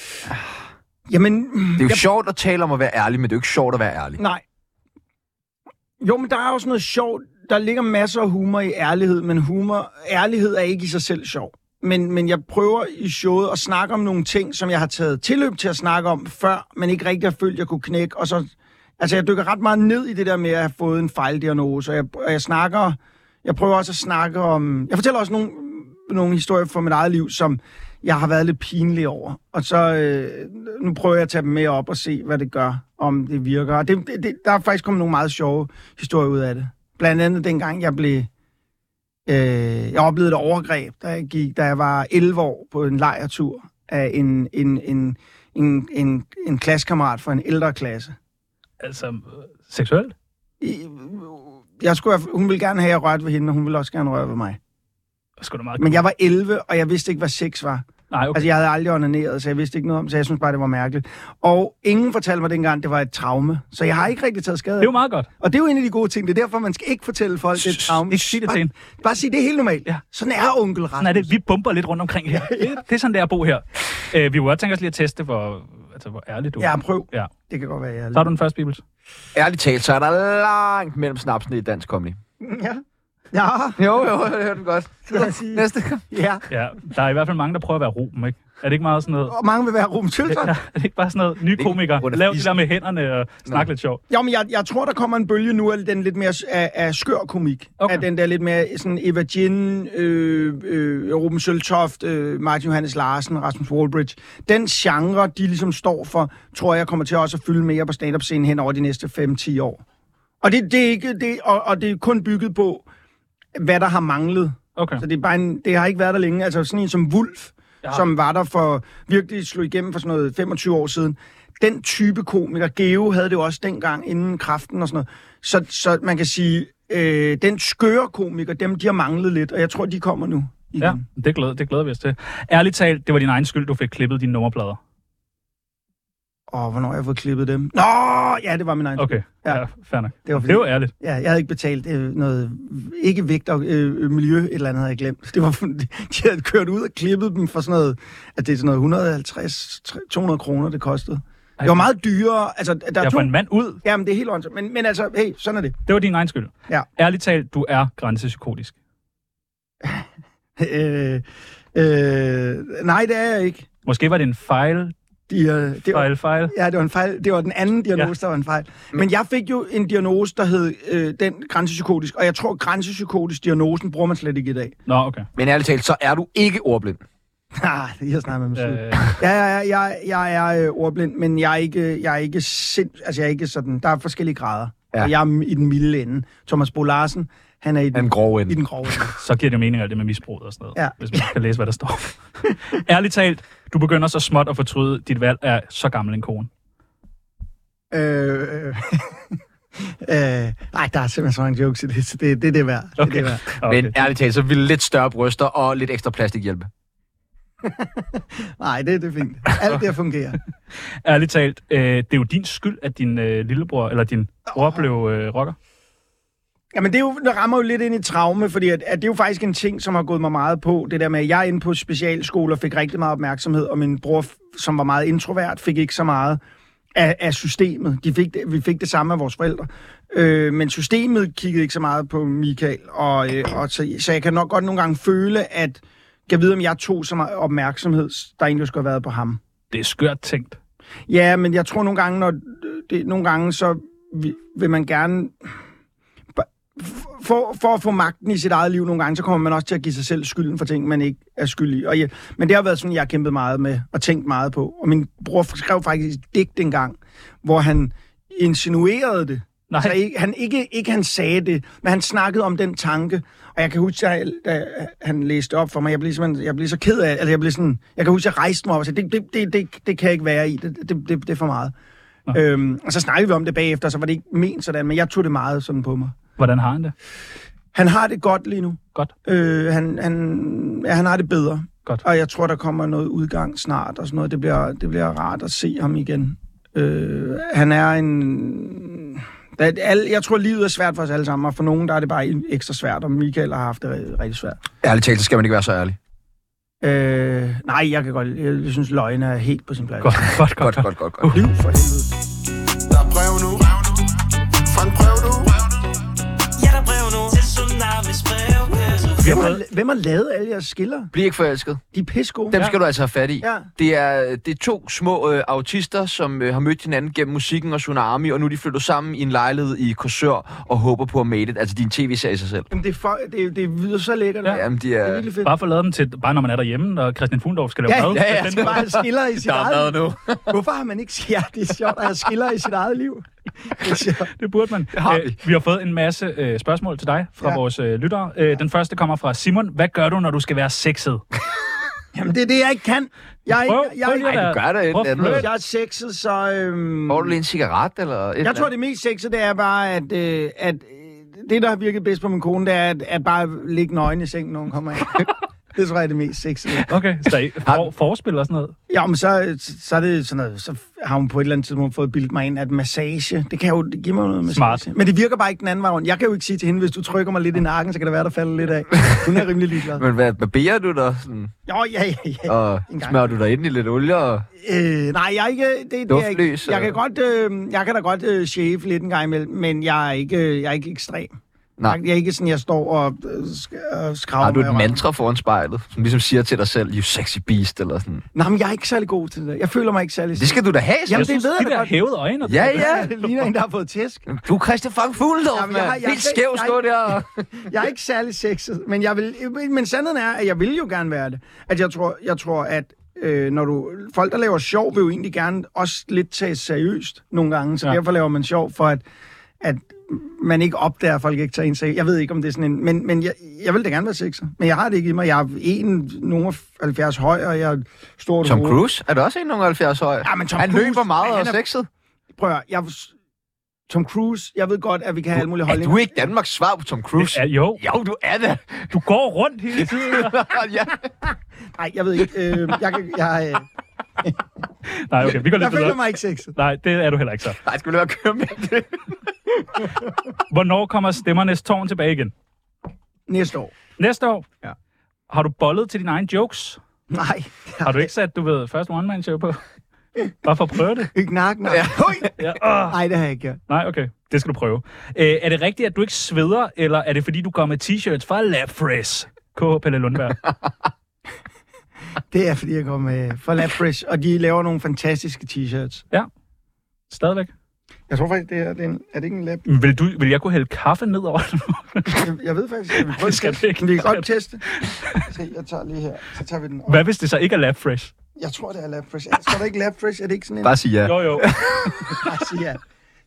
Speaker 4: Jamen,
Speaker 1: Det er jo
Speaker 4: jeg-
Speaker 1: sjovt at tale om at være ærlig, men det er jo ikke sjovt at være ærlig.
Speaker 4: Nej. Jo, men der er også noget sjovt. Der ligger masser af humor i ærlighed, men humor, ærlighed er ikke i sig selv sjov. Men, men jeg prøver i showet at snakke om nogle ting, som jeg har taget tilløb til at snakke om før, men ikke rigtig har følt, jeg kunne knække. Og så, altså, jeg dykker ret meget ned i det der med at have fået en fejldiagnose. Og jeg, og jeg snakker, jeg prøver også at snakke om... Jeg fortæller også nogle, nogle historier fra mit eget liv, som jeg har været lidt pinlig over. Og så øh, nu prøver jeg at tage dem med op og se, hvad det gør, om det virker. Og det, det, det, der er faktisk kommet nogle meget sjove historier ud af det. Blandt andet dengang jeg blev... Øh, jeg oplevede et overgreb, da jeg, gik, da jeg var 11 år på en lejertur af en, en, en, en, en, en klassekammerat fra en ældre klasse.
Speaker 2: Altså, øh, seksuelt?
Speaker 4: I- Jeg skulle, have- hun ville gerne have, at jeg rørte ved hende, og hun ville også gerne røre ved mig.
Speaker 2: Det er sgu da meget
Speaker 4: Men jeg var 11, og jeg vidste ikke, hvad sex var.
Speaker 2: Nej,
Speaker 4: Okay.
Speaker 2: okay.
Speaker 4: Altså, jeg havde aldrig onaneret, så jeg vidste ikke noget om, så jeg synes bare, det var mærkeligt. Og ingen fortalte mig dengang, det var et traume, så jeg har ikke rigtig taget skade.
Speaker 2: Det er jo meget godt.
Speaker 4: Og det er jo en af de gode ting. Det er derfor, man skal ikke fortælle folk, det er et traume.
Speaker 2: Ikke sige det til
Speaker 4: bare,
Speaker 2: hende.
Speaker 4: bare sige, det er helt normalt.
Speaker 2: Ja.
Speaker 4: Ja. Sådan er onkel
Speaker 2: Sådan er
Speaker 4: Rasmus.
Speaker 2: det. Vi bomber lidt rundt omkring her. Det er sådan, det er at bo her. Øh, vi kunne godt tænke os lige at teste, hvor, altså, hvor ærlig du er.
Speaker 4: Ja, prøv.
Speaker 2: ja.
Speaker 4: Det kan godt være, jeg er
Speaker 2: Så har du den første, Bibels.
Speaker 1: Ærligt talt, så er der langt mellem snapsene i dansk comedy.
Speaker 4: lidt- Ja. Ja,
Speaker 1: Jo, jo, jeg hørte den godt.
Speaker 4: kan jeg sige.
Speaker 1: Næste, kom.
Speaker 4: ja.
Speaker 2: Ja, der er i hvert fald mange, der prøver at være Ruben, ikke? Er det ikke meget sådan noget...
Speaker 4: Og mange vil være Ruben Tølsson.
Speaker 2: Ja, er det ikke bare sådan noget nye
Speaker 1: ikke
Speaker 2: komikere?
Speaker 1: grund af
Speaker 2: Lav det
Speaker 1: fisken.
Speaker 2: der med hænderne og snak lidt sjovt.
Speaker 4: Jo, men jeg, jeg tror, der kommer en bølge nu af den lidt mere s- af, af skør komik.
Speaker 2: Okay.
Speaker 4: Okay. Af den der lidt mere sådan Eva Gin, øh, øh, Ruben Søltoft, øh, Martin Johannes Larsen, Rasmus Wallbridge. Den genre, de ligesom står for, tror jeg kommer til også at fylde mere på stand-up-scenen hen over de næste 5-10 år. Og det, det er ikke, det, og, og det er kun bygget på, hvad der har manglet.
Speaker 2: Okay.
Speaker 4: Så det, er bare en, det har ikke været der længe. Altså sådan en som Wulf,
Speaker 2: Ja.
Speaker 4: ja. som var der for virkelig slog igennem for sådan noget 25 år siden. Den type komiker, Geo havde det jo også dengang inden kraften og sådan noget. Så, så man kan sige, øh, den skøre komiker, dem de har manglet lidt, og jeg tror, de kommer nu. Igen.
Speaker 2: Ja, det glæder, det glæder vi os til. Ærligt talt, det var din egen skyld, du fik klippet dine nummerplader.
Speaker 4: Og hvornår har jeg fået klippet dem? Nå, ja, det var min egen.
Speaker 2: Okay, ja,
Speaker 4: Ja.
Speaker 2: ja fair nok.
Speaker 4: Det var,
Speaker 2: Det var ærligt.
Speaker 4: Ja, jeg havde ikke betalt øh, noget, ikke vægt og øh, øh, miljø, et eller andet havde jeg glemt. Det var, de havde kørt ud og klippet dem for sådan noget, at det er sådan noget 150, 200 kroner, det kostede. Det var meget dyrere. Altså, der er
Speaker 2: Jeg
Speaker 4: to...
Speaker 2: får en mand ud.
Speaker 4: Jamen, det er helt åndssvagt. Men, men altså, hey, sådan er det.
Speaker 2: Det var din egen skyld.
Speaker 4: Ja.
Speaker 2: Ærligt talt, du er grænsepsykotisk.
Speaker 4: Øh, øh, nej, det er jeg ikke.
Speaker 2: Måske var det en fejl,
Speaker 4: De, øh, det, var,
Speaker 2: fejl, fejl.
Speaker 4: ja, det var en fejl. Det var den anden diagnose, ja. der var en fejl. Men jeg fik jo en diagnose, der hed øh, den grænsepsykotisk. Og jeg tror, grænsepsykotisk diagnosen bruger man slet ikke i dag.
Speaker 2: Nå, okay.
Speaker 1: Men ærligt talt, så er du ikke ordblind.
Speaker 4: Ah, det er jeg snart med mig selv.
Speaker 2: Øh,
Speaker 4: Ja, ja, ja, jeg, jeg er øh, ordblind, men jeg er ikke, jeg er ikke sind, altså jeg er ikke sådan, der er forskellige grader.
Speaker 1: Ja.
Speaker 4: Ja. Og jeg er i den milde ende. Thomas Bo Larsen, han er i den,
Speaker 1: Den grove
Speaker 4: i
Speaker 1: ende.
Speaker 4: den grove ende.
Speaker 2: så giver det mening alt det med misbruget og sådan noget, ja.
Speaker 4: Ja.
Speaker 2: hvis man kan læse, hvad der står. Ærligt talt, du begynder så småt at fortryde dit valg af så gammel en kone.
Speaker 4: Øh, øh, øh, nej, der er simpelthen så mange jokes i det, så det, det, er det er værd. Det, er
Speaker 2: Okay.
Speaker 4: det værd.
Speaker 2: okay.
Speaker 1: Men ærligt talt, så vil lidt større bryster og lidt ekstra plastik hjælpe.
Speaker 4: Nej, det, det er fint. Alt det fungerer.
Speaker 2: Ærligt talt, øh, det er jo din skyld, at din øh, lillebror, eller din bror blev øh, rocker.
Speaker 4: Jamen, det, er jo, det rammer jo lidt ind i traume, fordi at, at det er jo faktisk en ting, som har gået mig meget på. Det der med, at jeg er inde på specialskole og fik rigtig meget opmærksomhed, og min bror, f- som var meget introvert, fik ikke så meget af, af systemet. De fik det, vi fik det samme af vores forældre. Øh, men systemet kiggede ikke så meget på Michael, og, øh, og så, så jeg kan nok godt nogle gange føle, at jeg ved, om jeg tog så meget opmærksomhed, der egentlig skulle have været på ham.
Speaker 2: Det er skørt tænkt.
Speaker 4: Ja, men jeg tror nogle gange, når det, nogle gange så vi- vil man gerne... For, for at få magten i sit eget liv nogle gange, så kommer man også til at give sig selv skylden for ting, man ikke er skyldig i. Og jeg, men det har været sådan, jeg har kæmpet meget med og tænkt meget på. Og min bror skrev faktisk et digt engang, hvor han insinuerede det.
Speaker 2: Nej.
Speaker 4: Så ikke, han, ikke, ikke han sagde det, men han snakkede om den tanke. Og jeg kan huske, at da han læste op for mig, jeg blev, simpelthen- jeg blev så ked af, altså jeg blev sådan, jeg kan huske, at jeg rejste mig op og sagde, det, det, det, det, det kan jeg ikke være i, det, det, det, det er for meget. Øhm, og så snakkede vi om det bagefter, så var det ikke ment sådan, men jeg tog det meget sådan på mig.
Speaker 2: Hvordan har han det?
Speaker 4: Han har det godt lige nu.
Speaker 2: Godt.
Speaker 4: Øh, han, han, ja, han har det bedre.
Speaker 2: Godt.
Speaker 4: Og jeg tror, der kommer noget udgang snart og sådan noget. Det bliver, det bliver rart at se ham igen. Øh, han er en... Der, er- alle, jeg tror, livet er svært for os alle sammen, og for nogen der er det bare en- ekstra svært, og Michael har haft det rigtig, rigtig svært.
Speaker 1: Ærligt talt, så skal man ikke være så ærlig.
Speaker 4: Øh, nej, jeg kan godt... Jeg, jeg synes, løgn er helt på sin plads.
Speaker 2: Godt, godt,
Speaker 1: Godt,
Speaker 2: godt. godt.
Speaker 1: godt, godt, godt.
Speaker 4: Liv for helvede.
Speaker 6: Der er brev nu Fra en brev nu
Speaker 5: Ja, der er brev nu til Tsunamis brevkasse
Speaker 4: Hvem har, hvem har lavet alle jeres skiller?
Speaker 1: Bliv ikke forelsket.
Speaker 4: De er pissegode.
Speaker 1: Dem skal du altså have fat i.
Speaker 4: Ja.
Speaker 1: Det, er, det er to små øh, autister, som øh, har mødt hinanden gennem musikken og Tsunami, og nu er de flyttet sammen i en lejlighed i Korsør og håber på at mate it. Altså, din tv-serie i sig selv.
Speaker 4: Jamen, det, er for, det, er, det er videre så lækkert.
Speaker 2: Ja.
Speaker 4: Ja. Det
Speaker 1: Jamen, de
Speaker 4: er
Speaker 1: er...
Speaker 4: virkelig fedt.
Speaker 2: Bare for at lave dem til, bare når man er derhjemme, og Christian Fundorf skal lave
Speaker 4: Ja,
Speaker 2: mad.
Speaker 4: ja, ja,
Speaker 2: Den-
Speaker 4: jeg skal bare have skiller i sit eget liv.
Speaker 1: nu.
Speaker 4: Hvorfor har man ikke... Ja, det er sjovt at have skiller i sit eget liv. Det er sjovt.
Speaker 2: Det burde man. Det
Speaker 1: har vi.
Speaker 2: vi har fået en masse øh, spørgsmål til dig fra
Speaker 4: Ja.
Speaker 2: ja. vores øh, lyttere. Øh, Den første kommer fra Simon. Hvad gør du, når du skal være sexet?
Speaker 4: Jamen, det er det, jeg ikke kan. Jeg,
Speaker 2: Prøv-
Speaker 4: jeg, jeg,
Speaker 2: prøv lige at
Speaker 4: jeg,
Speaker 2: være-
Speaker 1: du gør da et eller
Speaker 2: prøv at
Speaker 1: andet.
Speaker 2: flytte.
Speaker 4: jeg, jeg er sexet, så... Øhm,
Speaker 1: Får du lige en cigaret, eller et eller
Speaker 4: Jeg tror,
Speaker 1: andet?
Speaker 4: det mest sexede, det er bare, at, øh, at øh, det, der har virket bedst på min kone, det er at, at bare ligge nøgen i sengen, når hun kommer ind. det tror jeg er det mest sexede.
Speaker 2: Okay, så I for, forspil og sådan noget.
Speaker 4: Ja, men så, så er det sådan noget, så har hun på et eller andet tidspunkt fået bildet mig ind, at massage, det kan jo det giver mig noget massage.
Speaker 2: Smart.
Speaker 4: Men det virker bare ikke den anden vej rundt. Jeg kan jo ikke sige til hende, hvis du trykker mig lidt i nakken, så kan det være, der falder lidt af. Hun er rimelig ligeglad.
Speaker 1: Men hvad, barberer du dig? Sådan,
Speaker 4: Jo, ja, ja, ja.
Speaker 1: og
Speaker 4: en gang.
Speaker 1: smører du dig ind i lidt olie? Og...
Speaker 4: Øh, nej, jeg er ikke... Det, det er jeg, ikke.
Speaker 1: Duftløs,
Speaker 4: jeg kan
Speaker 1: øh.
Speaker 4: godt, øh, jeg kan da godt øh, shave lidt en gang imellem, men jeg er ikke, øh, jeg er ikke ekstrem.
Speaker 1: Nej.
Speaker 4: Jeg, jeg er ikke sådan, jeg står og, øh, sk- og skraver
Speaker 1: Har du
Speaker 4: mig i
Speaker 1: et
Speaker 4: røven.
Speaker 1: mantra foran spejlet, som ligesom siger til dig selv, you sexy beast, eller sådan?
Speaker 4: Nej, men jeg er ikke særlig god til det. Jeg føler mig ikke særlig...
Speaker 1: Det skal du da have,
Speaker 4: Jamen,
Speaker 1: Jamen,
Speaker 4: det ved jeg
Speaker 2: de
Speaker 4: da
Speaker 2: der
Speaker 4: godt.
Speaker 2: hævede øjne. og-
Speaker 1: Ja, ja.
Speaker 4: det ligner en, der har fået tæsk.
Speaker 1: Du er Christian Frank Fuglendorf,
Speaker 4: Jamen, jeg har-
Speaker 1: mand.
Speaker 4: jeg-
Speaker 1: Helt skæv
Speaker 4: jeg-
Speaker 1: stå der. og-
Speaker 4: Jeg er ikke særlig sexet, men, jeg vil, men sandheden er, at jeg vil jo gerne være det. At jeg tror, jeg tror at øh, når du, folk, der laver sjov, vil jo egentlig gerne også lidt tages seriøst nogle gange, så ja.
Speaker 2: Ja.
Speaker 4: derfor laver man sjov, for at, at man ikke opdager, at folk ikke tager en seriøst. Jeg ved ikke, om det er sådan en... Men, men jeg, jeg vil da gerne være sexet, men jeg har det ikke i mig. Jeg er en, nogen 70 høj, og jeg er stort
Speaker 1: Tom
Speaker 4: hoved.
Speaker 1: Cruise er da også en 70 høj.
Speaker 4: Ja, men Tom
Speaker 1: Han
Speaker 4: Cruise,
Speaker 1: løber meget
Speaker 4: han
Speaker 1: og er
Speaker 4: er-
Speaker 1: sexet.
Speaker 4: Prøv at, høre, jeg, Tom Cruise, jeg ved godt, at vi kan have alle mulige
Speaker 1: Er
Speaker 4: holdninger.
Speaker 1: du ikke Danmarks svar på Tom Cruise?
Speaker 2: Ja, jo,
Speaker 1: Jo, du er det.
Speaker 2: du går rundt hele tiden.
Speaker 1: ja.
Speaker 4: Nej, jeg ved ikke. Øh, jeg, kan, jeg, øh,
Speaker 2: Nej, okay, vi går
Speaker 4: jeg
Speaker 2: lidt
Speaker 4: føler
Speaker 2: videre.
Speaker 4: mig ikke sexet.
Speaker 2: Nej, det er du heller ikke så.
Speaker 1: Nej, skal vi lade være at køre med det?
Speaker 2: Hvornår kommer stemmernes tårn tilbage igen?
Speaker 4: Næste år.
Speaker 2: Næste år?
Speaker 4: Ja.
Speaker 2: Har du bollet til dine egne jokes?
Speaker 4: Nej.
Speaker 2: Har du ikke sat, du ved, først one-man-show på? Bare for at prøve det?
Speaker 4: Ikke nak, nej. Ja.
Speaker 2: Ja. åh.
Speaker 4: Nej, det har jeg ikke gjort.
Speaker 2: Nej, okay. Det skal du prøve. Øh, er det rigtigt, at du ikke sveder, eller er det fordi, du går med t-shirts fra Lafres? K. Pelle Lundberg.
Speaker 4: Det er, fordi jeg kom med fra Lab Fresh, og de laver nogle fantastiske t-shirts.
Speaker 2: Stadigvæk.
Speaker 4: Jeg tror faktisk, det er, det er, en, er det ikke en lab?
Speaker 2: Vil, du, vil jeg kunne hælde kaffe ned over den?
Speaker 4: Jeg, jeg ved faktisk, jeg vil prøve at
Speaker 2: skal
Speaker 4: teste.
Speaker 2: det ikke.
Speaker 4: Men Vi kan godt teste. Se, jeg tager lige her. Så tager vi den op.
Speaker 2: Hvad hvis det så ikke er Lafres?
Speaker 4: Jeg tror, det er Lab Fresh. Jeg tror, det ikke Lab Fresh. Er det ikke sådan en...
Speaker 1: Bare sig ja.
Speaker 2: Jo, jo.
Speaker 4: Bare sig ja.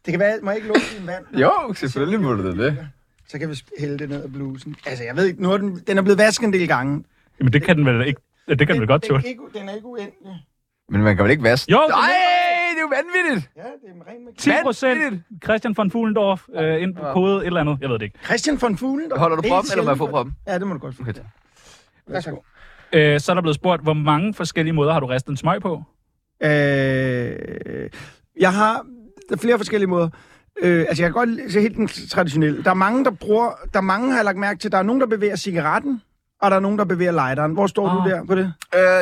Speaker 4: Det kan være, må jeg ikke lukke din vand?
Speaker 1: Jo, selvfølgelig må du da det.
Speaker 4: Så kan vi sp- hælde det ned af blusen. Altså, jeg ved ikke, nu er den, den er blevet vasket en del gange.
Speaker 2: Jamen, det kan den vel ikke... ja, Det kan den vel godt
Speaker 4: den,
Speaker 2: tåle.
Speaker 4: er ikke, den er ikke uendelig.
Speaker 1: Men man kan vel ikke vaske?
Speaker 2: Jo, det er
Speaker 1: Nej, det er jo vanvittigt.
Speaker 4: Ja, det er ren med
Speaker 2: 10 procent
Speaker 1: Vanvittigt.
Speaker 2: Christian von Fuglendorf øh, ind på kode et eller andet. Jeg ved det ikke.
Speaker 4: Christian von Fuglen. der-
Speaker 1: Holder du
Speaker 4: Helt
Speaker 1: proppen, eller må jeg
Speaker 4: sjældent
Speaker 1: få
Speaker 4: godt.
Speaker 1: proppen?
Speaker 4: Ja, det må du godt få.
Speaker 1: Okay.
Speaker 4: Værsgo.
Speaker 2: Øh, så er der blevet spurgt, hvor mange forskellige måder har du ristet en smøg på?
Speaker 4: Øh, jeg har der er flere forskellige måder. Øh, altså, jeg kan godt lide- se helt den traditionelle. Der er mange, der bruger... Der er mange, har jeg lagt mærke til. Der er nogen, der bevæger cigaretten, og der er nogen, der bevæger lighteren. Hvor står ah.
Speaker 2: Ah.
Speaker 4: du der på det?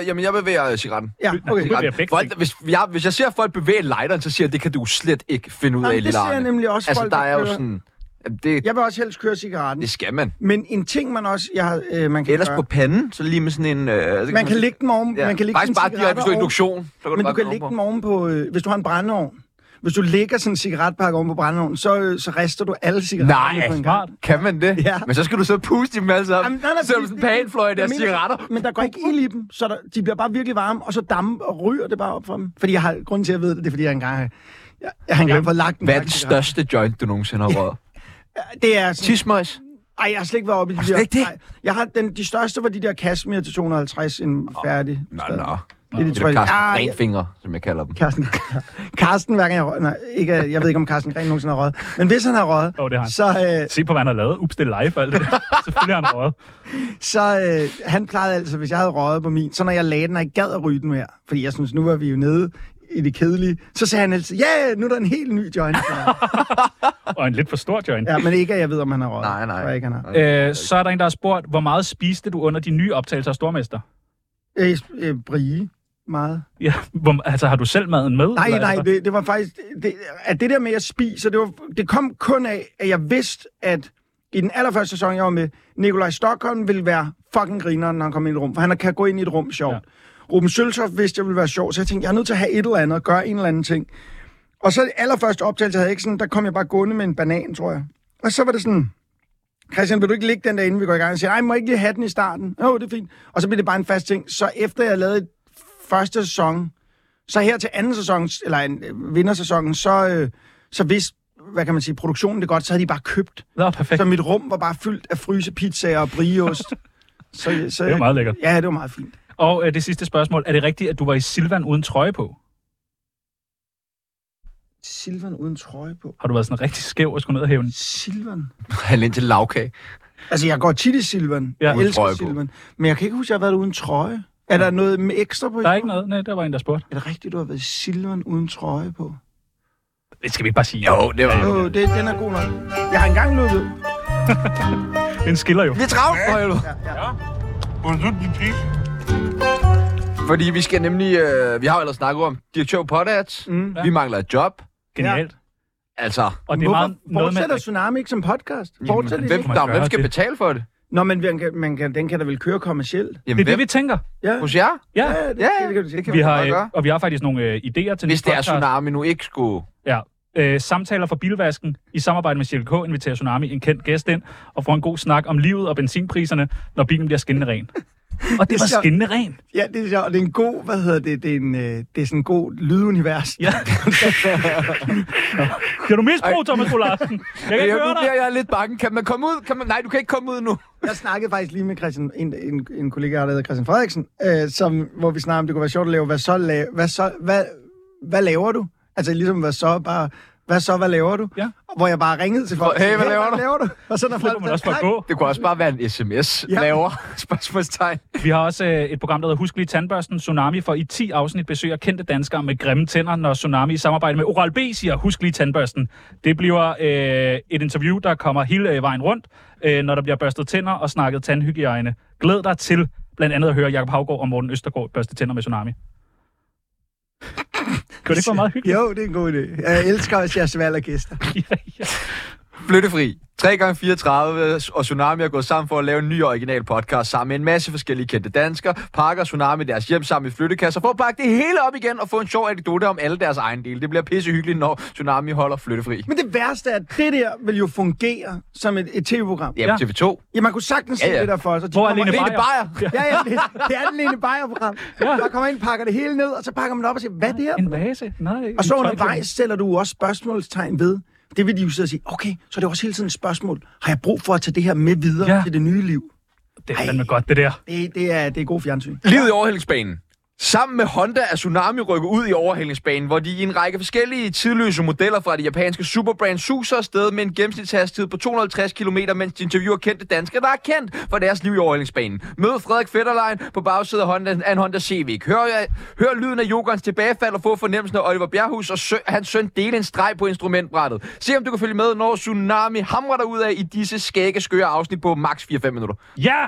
Speaker 1: Øh, jamen, jeg bevæger øh, cigaretten.
Speaker 4: Ja, okay.
Speaker 2: bevæger
Speaker 1: Cigaretten.
Speaker 2: begge
Speaker 1: Folk,
Speaker 2: ting.
Speaker 1: hvis, jeg, hvis jeg ser folk bevæge lighteren, så siger jeg, det kan du slet ikke finde ud af,
Speaker 4: Jamen, det
Speaker 1: lille
Speaker 4: ser jeg
Speaker 1: Arne.
Speaker 4: nemlig også
Speaker 1: Altså,
Speaker 4: folk,
Speaker 1: der
Speaker 4: der
Speaker 1: er jo
Speaker 4: kører.
Speaker 1: sådan... Jamen, det,
Speaker 4: Jeg vil også helst køre cigaretten.
Speaker 1: det skal man.
Speaker 4: Men en ting, man også... Jeg, har- øh, man kan
Speaker 1: Ellers
Speaker 4: gøre,
Speaker 1: på panden, så lige med sådan en... Øh, så
Speaker 4: Man kan lægge dem oven... Ja. Man kan lægge
Speaker 1: Faktisk
Speaker 4: sine
Speaker 1: bare direkte, hvis du er
Speaker 4: cigaretter oven-
Speaker 1: induktion. Så kan
Speaker 4: Men
Speaker 1: bare
Speaker 4: du kan
Speaker 1: gå
Speaker 4: lægge
Speaker 1: ovenpå.
Speaker 4: dem oven på... Øh, hvis du har en brændeovn. Hvis du lægger sådan en cigaretpakke oven på brændeovnen, så, øh, så rister du alle cigaretterne
Speaker 1: Nej,
Speaker 4: på en gang.
Speaker 2: Smart.
Speaker 1: Kan man det?
Speaker 4: Ja.
Speaker 1: Men så skal du så puste dem alle sammen.
Speaker 4: Jamen, nej, nej,
Speaker 1: så er du
Speaker 4: fordi
Speaker 1: sådan en
Speaker 4: det-
Speaker 1: panfløj i
Speaker 4: jeg
Speaker 1: deres
Speaker 4: mener-
Speaker 1: cigaretter.
Speaker 4: Men der går ikke ild i dem, så der, de bliver bare virkelig varme, og så damper og ryger det bare op for dem. Fordi jeg har, grunden til, at jeg ved det, det er, fordi jeg engang har, jeg, jeg har engang fået lagt en
Speaker 1: Hvad er den
Speaker 4: pakke cigaretter.
Speaker 1: største joint, du nogensinde har rørt?
Speaker 4: Det er sådan,
Speaker 1: Tismøjs?
Speaker 4: ej, jeg har slet ikke været oppe i de
Speaker 1: slet
Speaker 4: der.
Speaker 1: ikke det?
Speaker 4: Nej, jeg har den, de største var de der kasmere til 250, en færdig.
Speaker 1: Nå,
Speaker 4: stadig.
Speaker 1: nå.
Speaker 4: Det er de,
Speaker 1: Det er
Speaker 4: tror jeg,
Speaker 1: Carsten
Speaker 4: ah,
Speaker 1: Renfinger, som jeg kalder dem.
Speaker 4: Carsten, Carsten, hver gang jeg røg, nej, ikke, jeg ved ikke, om Carsten Gren nogensinde har røget, men hvis han har røget,
Speaker 2: Jo, det har han.
Speaker 4: så, øh,
Speaker 2: Se på, hvad han har lavet. Ups, det er live og alt det der. Selvfølgelig har han røget.
Speaker 4: så øh, han plejede altså, hvis jeg havde røget på min, så når jeg lagde den, og ikke gad at ryge den mere, fordi jeg synes, nu var vi jo nede i det kedelige, så sagde han altid, ja, yeah, nu er der en helt ny joint.
Speaker 2: Og en lidt for stor joint.
Speaker 4: ja, men ikke, at jeg ved, om han har
Speaker 1: Nej,
Speaker 4: røget.
Speaker 1: nej. Øh,
Speaker 4: Tror jeg Ikke, han har.
Speaker 2: Øh, så er der en, der har spurgt, hvor meget spiste du under de nye optagelser af Stormester?
Speaker 4: Øh, øh, brie meget.
Speaker 2: Ja, hvor- altså, har du selv maden med?
Speaker 4: Nej,
Speaker 2: eller
Speaker 4: nej,
Speaker 2: er
Speaker 4: det, det var faktisk... Det, at det der med, at jeg spiser, det, var, det kom kun af, at jeg vidste, at i den allerførste sæson, jeg var med, Nikolaj Stockholm ville være fucking grineren, når han kom ind i et rum, for han kan gå ind i et rum sjovt. Ja. Ruben Søltoft vidste, at jeg ville være sjov, så jeg tænkte, jeg er nødt til at have et eller andet og gøre en eller anden ting. Og så allerførste optagelse, jeg havde ikke sådan, der kom jeg bare gående med en banan, tror jeg. Og så var det sådan, Christian, vil du ikke ligge den der, inden vi går i gang? Jeg siger, nej, må jeg ikke lige have den i starten? Jo, det er fint. Og så blev det bare en fast ting. Så efter jeg lavede et første sæson, så her til anden sæson, eller en, øh, vindersæsonen, så, øh, så vidste, hvad kan man sige, produktionen det godt, så havde de bare købt.
Speaker 2: der- Nå, perfekt.
Speaker 4: Så mit rum var bare fyldt af frysepizzaer og brieost. så, så,
Speaker 2: Det er meget lækkert.
Speaker 4: Ja, det var meget fint.
Speaker 2: Og øh, det sidste spørgsmål. Er det rigtigt, at du var i Silvan uden trøje på?
Speaker 4: Silvan uden trøje på.
Speaker 2: Har du været sådan rigtig skæv og skulle ned og hæve den?
Speaker 4: Silvan?
Speaker 1: Han ind til lavkage.
Speaker 4: Altså, jeg går tit i Silvan.
Speaker 2: Ja.
Speaker 4: Ja. Jeg
Speaker 1: Uden
Speaker 4: elsker
Speaker 1: trøje på.
Speaker 4: Silvan. Men jeg kan ikke huske, at jeg har været uden trøje. Er der noget med ekstra
Speaker 2: Der
Speaker 4: på? i
Speaker 2: er
Speaker 4: trøjen?
Speaker 2: ikke noget. Nej, der var en, der spurgte.
Speaker 4: Er det rigtigt, du har været i Silvan uden trøje på?
Speaker 2: Det skal vi ikke bare sige.
Speaker 1: Jo, det var...
Speaker 4: Jo, det, den er god nok. Jeg har engang Mm. løbet.
Speaker 2: Den skiller jo.
Speaker 1: Vi er travlt, for helvede. Fordi vi skal nemlig... Øh, vi har jo ellers snakket om direktør Potats. Mm.
Speaker 4: Mm.
Speaker 1: Vi mangler et job.
Speaker 2: Genialt.
Speaker 1: Altså,
Speaker 2: Og det er meget
Speaker 4: Hvorfor
Speaker 2: noget med...
Speaker 4: fortsætter Tsunami ikke som podcast? Fortsætter
Speaker 1: hvem,
Speaker 4: det ikke?
Speaker 2: man
Speaker 1: der, hvem
Speaker 2: gøre
Speaker 1: skal
Speaker 2: det?
Speaker 1: betale for det?
Speaker 4: Nå, men man kan, man kan, den kan da vel køre kommercielt?
Speaker 1: Jamen,
Speaker 2: Det er det,
Speaker 1: hvem?
Speaker 2: vi tænker.
Speaker 4: Ja,
Speaker 1: Hos jer?
Speaker 2: Ja,
Speaker 4: ja, det,
Speaker 1: Ja,
Speaker 4: det kan du sige.
Speaker 1: det kan
Speaker 2: vi
Speaker 1: man
Speaker 2: har,
Speaker 1: godt
Speaker 2: øh,
Speaker 1: gøre.
Speaker 2: og vi har faktisk nogle øh, idéer til
Speaker 1: Hvis
Speaker 2: ny
Speaker 1: det er
Speaker 2: podcast.
Speaker 1: Tsunami nu ikke skulle...
Speaker 2: Ja. Øh, samtaler fra Bilvasken i samarbejde med Sjæl K. inviterer Tsunami en kendt gæst ind og får en god snak om livet og benzinpriserne, når bilen bliver skinnende ren. Og det
Speaker 4: er
Speaker 2: var
Speaker 4: sjovt.
Speaker 2: skinnende ren.
Speaker 4: Ja, det er sjovt. Og Det er en god, hvad hedder det, det er, en, øh, det er sådan en god lydunivers.
Speaker 2: Ja. Kan du misbruge Thomas Bo Larsen? Jeg kan ikke
Speaker 1: nu
Speaker 2: høre dig.
Speaker 1: bliver jeg lidt bange. Kan man komme ud? Kan man... Nej, du kan ikke komme ud nu.
Speaker 4: Jeg snakkede faktisk lige med Christian, en, en, en kollega, der hedder Christian Frederiksen, øh, som, hvor vi snakkede om, det kunne være sjovt at lave, hvad så, la, hvad, så hvad, hvad laver du? Altså ligesom, hvad så, bare, hvad så, hvad laver du?
Speaker 2: Ja.
Speaker 4: Hvor jeg bare ringede til folk.
Speaker 1: Hey, hvad laver du?
Speaker 4: Hvad laver du? Og så der
Speaker 2: Det kunne man også bare
Speaker 4: "Hej."
Speaker 2: gå.
Speaker 1: Det kunne også bare være en sms.
Speaker 4: Ja.
Speaker 1: Laver spørgsmålstegn.
Speaker 2: Vi har også øh, et program, der hedder Husk lige tandbørsten. Tsunami for i 10 afsnit besøger kendte danskere med grimme tænder, når Tsunami i samarbejde med Oral-B siger, husk lige tandbørsten. Det bliver øh, et interview, der kommer hele øh, vejen rundt, øh, når der bliver børstet tænder og snakket tandhygiejne. Glæd dig til blandt andet at høre Jakob Havgård og Morten Østergaard børste tænder med Tsunami. Kunne det ikke være meget hyggeligt?
Speaker 4: Jo, det er en god idé. Jeg elsker også jeres valg og gæster.
Speaker 1: Flyttefri. 3x34 og Tsunami er gået sammen for at lave en ny original podcast sammen med en masse forskellige kendte danskere, pakker Tsunami deres hjem sammen i flyttekasser, for at pakke det hele op igen og få en sjov anekdote om alle deres egen dele. Det bliver pissehyggeligt, når Tsunami holder flyttefri.
Speaker 4: Men det værste er, at det der vil jo fungere som et, et tv-program.
Speaker 1: Jamen,
Speaker 2: Ja.
Speaker 1: TV2.
Speaker 4: Ja, man kunne sagtens se
Speaker 1: Ja, ja.
Speaker 4: det der for os. og de
Speaker 2: Hvor er
Speaker 4: kommer
Speaker 2: Lene
Speaker 4: ind-
Speaker 1: Lene Beyer.
Speaker 4: Ja, ja, det, det er den Lene Beyer-program. Ja. Der kommer ind, pakker det hele ned, og så pakker man op og siger, hvad er det her?
Speaker 2: En vase? Nej.
Speaker 4: Og så
Speaker 2: en
Speaker 4: undervejs stiller du jo også spørgsmålstegn ved. Det vil de jo sidde og sige, okay, så er det også hele tiden et spørgsmål. Har jeg brug for at tage det her med videre
Speaker 2: Ja.
Speaker 4: ja. til det nye liv?
Speaker 2: tøjkrem. Det er fandme godt, det der.
Speaker 4: Det, det, er, det er god fjernsyn.
Speaker 1: Livet i overhældingsbanen. Sammen med Honda er Tsunami rykket ud i overhældningsbanen, hvor de i en række forskellige tidløse modeller fra det japanske superbrand suser afsted med en gennemsnitshastighed på 250 km, mens de interviewer kendte danskere, der er kendt for deres liv i overhældningsbanen. Mød Frederik Fetterlein på bagsædet af, Honda, af en Honda Civic. Hør, hør lyden af Jokerens tilbagefald og få fornemmelsen af Oliver Bjerghus og sø, hans søn dele en streg på instrumentbrættet. Se om du kan følge med, når Tsunami hamrer dig ud af i disse skægge skøre afsnit på maks 4-5 minutter.
Speaker 2: Ja!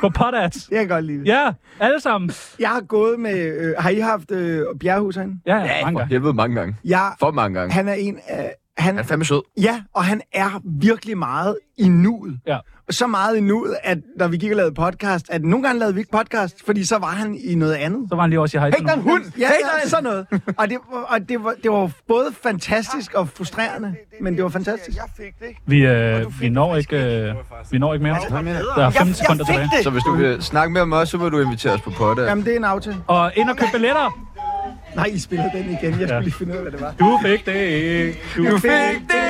Speaker 2: På potats.
Speaker 4: Det kan jeg godt lide. Ja.
Speaker 2: Ja, alle sammen.
Speaker 4: Jeg har gået med... Øh, har I haft øh, Bjerrehus herinde?
Speaker 2: Ja, ja, mange
Speaker 1: For
Speaker 2: gange.
Speaker 1: helvede mange gange.
Speaker 4: Jeg,
Speaker 1: For mange gange.
Speaker 4: han er en af... Han,
Speaker 1: Han er fandme sød.
Speaker 4: ja, og han er virkelig meget i nuet.
Speaker 2: Ja.
Speaker 4: Så meget i nuet, at når vi gik og lavede podcast, at nogle gange lavede vi ikke podcast, fordi så var han i noget andet.
Speaker 2: Så var han lige også i hej. til
Speaker 1: Hey, der er en
Speaker 2: nogen.
Speaker 1: hund!
Speaker 4: Ja,
Speaker 1: hey, der er
Speaker 4: ja, sådan noget. Og, det, og det, var, det var både fantastisk og frustrerende, men det var fantastisk.
Speaker 3: Jeg fik det, ikke?
Speaker 2: Vi, øh, vi, når ikke, øh, vi når ikke mere. Der er 15 sekunder tilbage.
Speaker 1: Så hvis du vil snakke med om os, så må du invitere os på potte.
Speaker 4: Jamen, det er en aftale.
Speaker 2: Og ind og køb billetter.
Speaker 4: Nej, I spillede den igen. Jeg skulle
Speaker 2: Ja.
Speaker 4: lige finde ud af, hvad det var.
Speaker 2: Du fik det. Du
Speaker 1: fik det